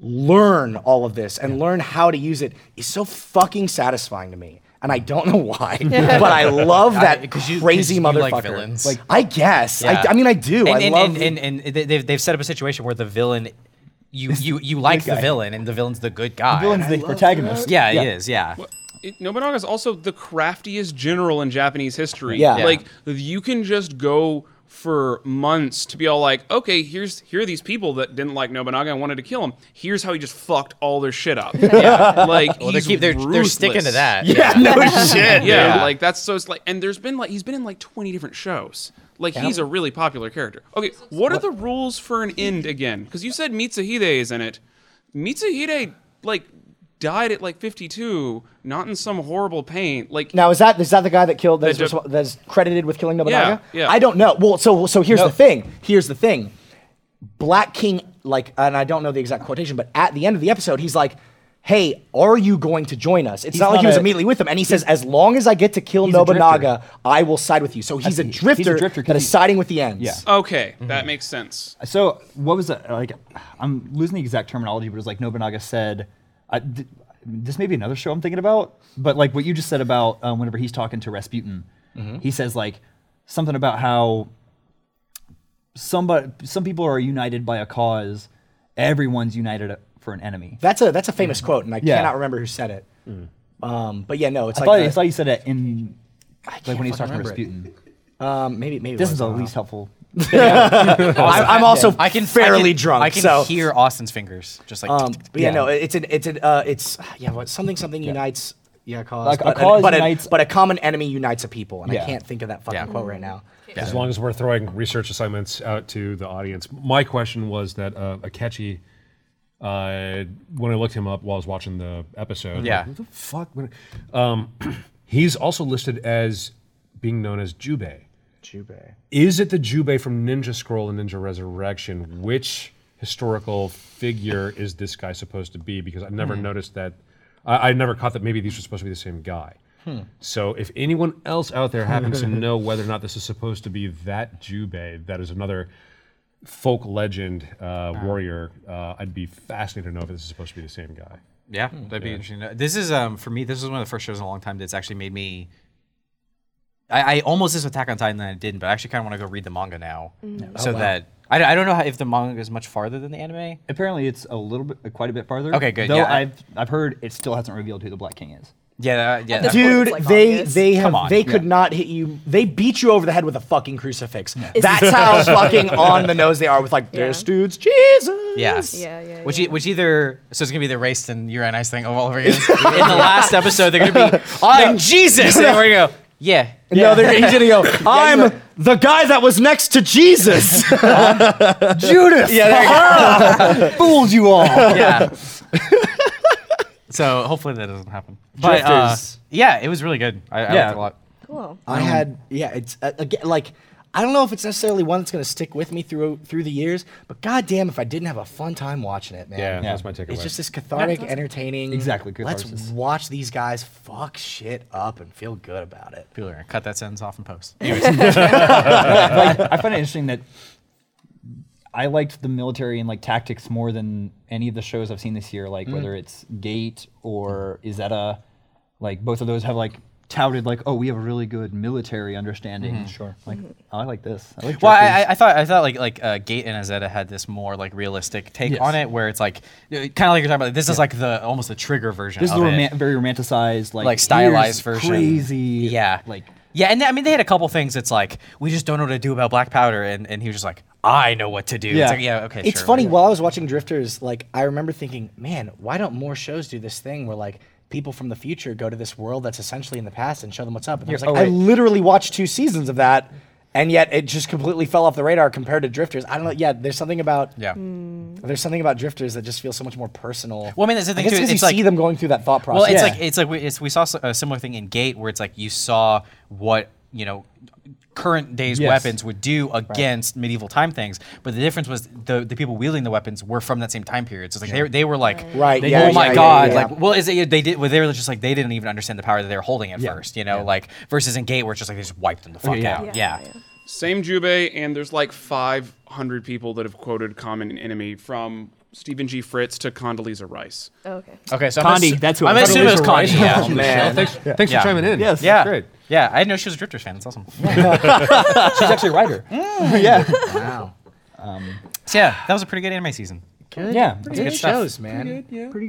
learn all of this and learn how to use it is so fucking satisfying to me. And I don't know why, but I love that
I- 'cause you- 'cause
crazy
you like
motherfucker.
villains.
Like, I guess.
Yeah.
I, I mean, I do.
And,
I
and, and,
love.
and, and they- they've, they've set up a situation where the villain, you you you like the
guy.
villain, and the villain's the good guy.
villain's the protagonist.
Yeah, he is. Yeah.
it, Nobunaga is also the craftiest general in Japanese history.
Yeah. Yeah.
Like you can just go for months to be all like, okay, here's here are these people that didn't like Nobunaga and wanted to kill him. Here's how he just fucked all their shit up. yeah. Like
Well, they
he's
keep- they're- they're sticking to
ruthless.
that. Yeah,
Yeah. no shit,
Yeah,
dude.
like that's so it's like and there's been like he's been in like 20 different shows. Like
Yeah.
he's a really popular character. Okay, what are the rules for an end again? Because you said Mitsuhide is in it. Mitsuhide like died at like 52, not in some horrible pain. Like
Now is that is that the guy that killed that's,
That ju-
respo- that's credited with killing Nobunaga?
Yeah, yeah.
I don't know. Well, so so here's the thing. Here's the thing. Black King, like, and I don't know the exact quotation, but at the end of the episode, he's like, hey, are you going to join us? It's
He's
not like
not
he was
a-
immediately with them. And he says, as long as I get to kill
He's a drifter.
Nobunaga, I will side with you. So he's a drifter,
drifter 'cause
that is
he-
siding with the ends.
Yeah.
Okay, that makes sense.
So what was that? Like, I'm losing the exact terminology, but it was like Nobunaga said. I, th- this may be another show I'm thinking about, but like what you just said about um, whenever he's talking to Rasputin,
Mm-hmm.
he says like something about how somebody, some people are united by a cause, everyone's united for an enemy.
That's a that's a famous quote, and I
Yeah.
cannot remember who said it. Um, but yeah, no, it's
I,
like
thought,
a-
I thought you said it in like when he was
fucking
talking
remember
to Rasputin.
um, maybe maybe it
This
was,
is the
I don't
least
know.
helpful.
I, am also
I can
fairly
I can-
drunk.
I can
so.
hear Austin's fingers, just like.
Um, but yeah,
Yeah.
no, it's an, it's an, uh, it's yeah, what something something unites. Yeah, cause,
Like, a
but,
cause
but,
unites-
but a common enemy unites a people, and I
Yeah.
can't think of that fucking
Yeah.
quote right now.
As long as we're throwing research assignments out to the audience. My question was that uh, Akechi, uh, when I looked him up while I was watching the episode,
Yeah.
like, who the fuck? would- Um, he's also listed as being known as Jubei.
Jubei.
Is it the Jubei from Ninja Scroll and Ninja Resurrection? Which historical figure is this guy supposed to be? Because I never noticed that. I, I never caught that maybe these were supposed to be the same guy. So if anyone else out there happens to know whether or not this is supposed to be that Jubei, that is another folk legend uh, warrior, uh, I'd be fascinated to know if this is supposed to be the same guy.
Yeah, that'd be interesting. to know. This is um for me. This is one of the first shows in a long time that's actually made me. I, I almost did Attack on Titan and I didn't, but I actually kind of want to go read the manga now,
Mm.
so that I, I don't know how, if the manga goes much farther than the anime.
Apparently, it's a little bit, quite a bit farther.
Okay, good,
Though
yeah, I-
I've I've heard it still hasn't revealed who the Black King is.
Yeah, that- yeah. uh,
At
that-
this point,
Dude,
it's, like,
they
obvious.
they have,
Come on.
they could not hit you. They beat you over the head with a fucking crucifix.
Is-
That's how fucking on the nose they are with like
Yeah.
this dude's Jesus.
Yes.
Yeah, yeah,
Which,
yeah.
E- which either so it's gonna be the race and you and I's thing all over again. In the last episode, they're gonna be I'm Jesus, and we're gonna go yeah.
No, they're, he's gonna go. I'm the guy that was next to Jesus.
Judas.
Yeah, there you go.
fooled you all.
yeah. so hopefully that doesn't happen. But uh,
Drifters.
yeah, it was really good. I, I liked
Yeah.
it a lot.
Cool.
Um,
I had yeah, it's uh, again like I don't know if it's necessarily one that's gonna stick with me through through the years, but goddamn if I didn't have a fun time watching it, man.
Yeah, that's my takeaway.
It's just this cathartic, entertaining.
Exactly,
Let's
catharsis.
watch these guys fuck shit up and feel good about it.
People are gonna cut that sentence off in post.
like, I find it interesting that I liked the military and like tactics more than any of the shows I've seen this year.
Mm.
Like whether it's Gate or Izetta, like both of those have like touted like, oh, we have a really good military understanding. Sure. Like I like this. I like.
Mm-hmm. Well, I,
jerseys.
I- I thought I thought like like uh, Gate and Azeta had this more like realistic take
Yes.
on it, where it's like kind of like you're talking about. Like, this is like the almost the trigger version.
this is
of
a
it.
roman- very romanticized, like,
like stylized
here's
version.
Crazy.
Yeah.
Like
yeah, and I mean they had a couple things. It's like we just don't know what to do about black powder, and, and he was just like, I know what to do.
Yeah.
It's like, yeah, okay.
It's
sure,
funny.
whatever.
While I was watching Drifters, like I remember thinking, man, why don't more shows do this thing where like people from the future go to this world that's essentially in the past and show them what's up? And I was like,
oh,
I
wait.
literally watched two seasons of that, and yet it just completely fell off the radar compared to Drifters. I don't know. Yeah, there's something about
Yeah.
there's something about Drifters that just feels so much more personal.
Well, I mean, that's the thing,
guess
too,
'cause
it's
you
like-
see them going through that thought process.
Well, it's
Yeah.
like it's like we, it's, we saw s- a similar thing in Gate where it's like you saw what you know current days
Yes.
weapons would do against medieval time things, but the difference was the the people wielding the weapons were from that same time period. So it's like they, they were like,
Right,
they-
yeah,
oh my
yeah, yeah,
god,
yeah.
like well, is it, they did well, they were just like they didn't even understand the power that they were holding at first, you know, like versus in Gate where it's just like they just wiped them the fuck
yeah.
out, yeah.
Same Jubei, and there's like 500 people that have quoted Common Enemy from Stephen G. Fritz to Condoleezza Rice.
Okay.
Okay, so
Condi,
I'm
that's who
I'm
I-
assuming it was Condi. Yeah.
Oh, man.
Thanks, thanks
Yeah.
for chiming in.
Yes.
Yeah.
That's great.
yeah, I didn't know she was a Drifters fan. That's awesome.
she's actually a writer.
Mm.
yeah.
wow.
So yeah, that was a pretty good anime season.
Yeah.
Pretty good
stuff.
shows, man.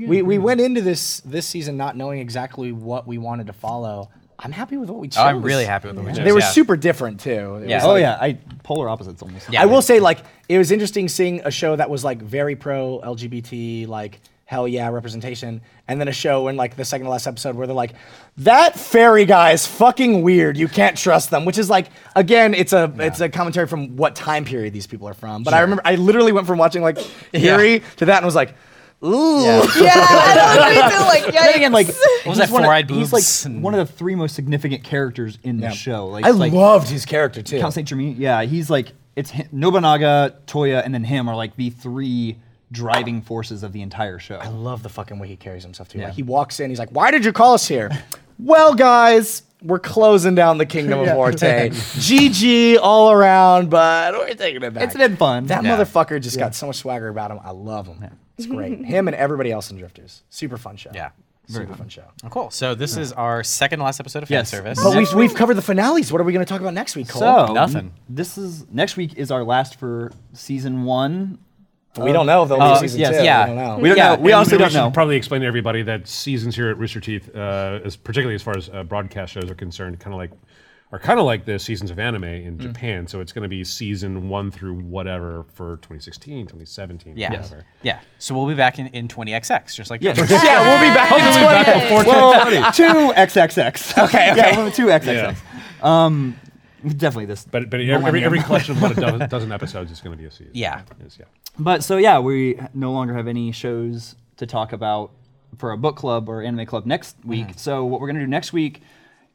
We we went into this this season not knowing exactly what we wanted to follow. I'm happy with what we chose.
Oh, I'm really happy with the
They were super different too. It
Yeah.
was
Oh
like-
yeah, I polar opposites almost.
Yeah.
I will say, like, it was interesting seeing a show that was like very pro LGBT, like hell yeah representation, and then a show in like the second to last episode where they're like, that fairy guy is fucking weird. You can't trust them, which is like, again, it's a it's a commentary from what time period these people are from. But I remember I literally went from watching like Yuri to that and was like, ooh,
Yeah, I know what you feel like. Yeah,
Then again, like
was
he's
that,
one of-
four-eyed
He's
boobs
like
and-
one of the three most significant characters in the show. Like
I
it's like
loved his character too.
Count Saint Germain. Yeah, he's like it's hi- Nobunaga, Toya, and then him are like the three driving forces of the entire show. I
love the fucking way he carries himself too.
Yeah.
Like he walks in, he's like, "Why did you call us here?" well, guys, we're closing down the kingdom
Yeah.
of Morte. GG all around, but we're taking it back.
It's been fun.
That
Yeah.
motherfucker just
Yeah.
got so much swagger about him. I love him. It's great. him and everybody else in Drifters. Super fun show. Yeah,
Very
super fun. show.
Um,
Oh, Cool. So this is our second last episode of
Yes.
fan service.
But we've, we've covered the finales. What are we going to talk about next week, Cole?
So
Nothing.
This is next week is our last for season one.
We don't know if there'll be
Uh,
season
yes,
two. We
Yeah,
don't know.
We don't know. We also don't know.
Should probably explain to everybody that seasons here at Rooster Teeth, uh, is particularly as far as uh, broadcast shows are concerned, kind of like are kind of like the seasons of anime in
Mm.
Japan. So it's going to be season one through whatever for 2016, 2017,
Yeah.
whatever.
Yeah. So we'll be back in, in 20XX, just like
Yeah.
Josh.
Yeah, we'll be back in Hopefully back 20. before
Well,
10:30.
two XXX.
Okay, okay.
Yeah, well, two XXX. Um, definitely this.
But but every, every, every
millennium.
collection of about a dozen, dozen episodes is going to be a season.
Yeah.
Is, yeah.
But so yeah, we no longer have any shows to talk about for a book club or anime club next
Mm-hmm.
week. So what we're gonna do next week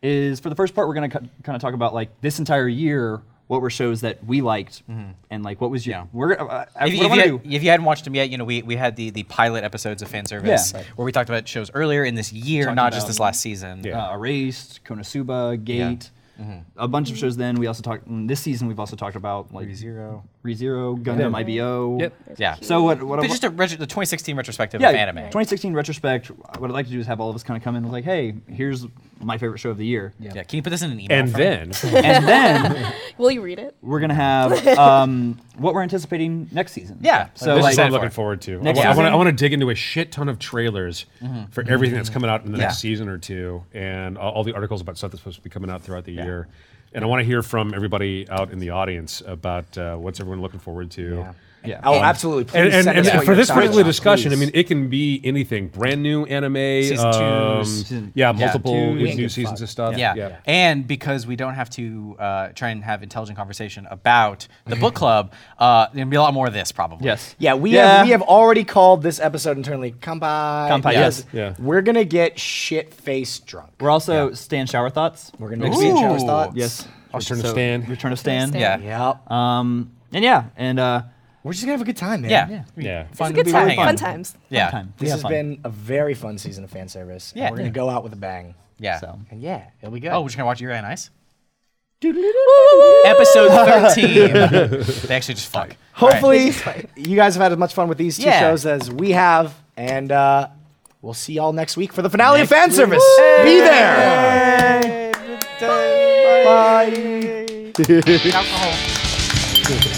is for the first part, we're gonna kind of talk about like this entire year, what were shows that we liked, and like what was your. We're gonna. Uh, I-
Mm-hmm. If, you-
what
if, you
I wanna
had,
do-
if you hadn't watched them yet, you know we, we had the, the pilot episodes of fan service
Yeah. Right.
where we talked about shows earlier in this year,
Talking
not just
about-
this last season.
uh, Erased, Konosuba, Gate,
Mm-hmm.
a bunch of shows. Then we also talked mm, this season. We've also talked about like
Rezero,
Rezero, Gundam
Yeah.
IBO.
Yep. Yeah.
So what? What?
But
I-
just a retro- the 2016 retrospective
yeah,
of anime.
2016 retrospect. What I'd like to do is have all of us kind of come in with like, hey, here's my favorite show of the year.
Yeah. Can you put this in an email?
And
for
then-
me?
and then
Will you read it?
we're gonna have um, what we're anticipating next season.
Yeah.
So
this
like,
is what I'm looking forward to. I,
Next
want, I
season-
want to dig into a shit ton of trailers
Mhm.
for everything that's coming out in the
Yeah.
next season or two, and all, all the articles about stuff that's supposed to be coming out throughout the year. And I want to hear from everybody out in the audience about uh, what's everyone looking forward to. Yeah.
Yeah. Oh, absolutely. Please
and and,
send
and
us what
for
you're
this
excited
particular
about,
discussion, I
please.
mean, it can be anything brand new anime,
Season two,
um,
season-
yeah, multiple
two,
new
yeah.
seasons of stuff.
Yeah. And because we don't have to uh, try and have intelligent conversation about the book club, uh, there'll be a lot more of this probably.
Yes.
Yeah, we have we have already called this episode internally Kampai.
Kampai,
because
yes. Yeah.
We're gonna get shit face drunk.
We're also Stan Shower Thoughts. We're
gonna do Stan Shower Thoughts.
Yes.
Return
of Stan.
Return of Stan.
Stan.
Uh,
Yeah. Yep. Um, and yeah, and uh,
we're just gonna have a good time, man.
Yeah.
Yeah.
It's a good time. Fun times.
Yeah.
This
Yeah,
has
fun.
been a very fun season of fan service. and
Yeah.
We're gonna go out with a bang.
Yeah.
So and yeah, it'll be good.
Oh, we're just gonna watch Yuri on Ice. Episode 13. they actually just fuck.
Hopefully,
All right.
you guys have had as much fun with these two
Yeah.
shows as we have, and uh, we'll see y'all next week for the finale
Next
of fan
week.
service.
Woo!
Be there.
Bye.
Bye.
Alcohol.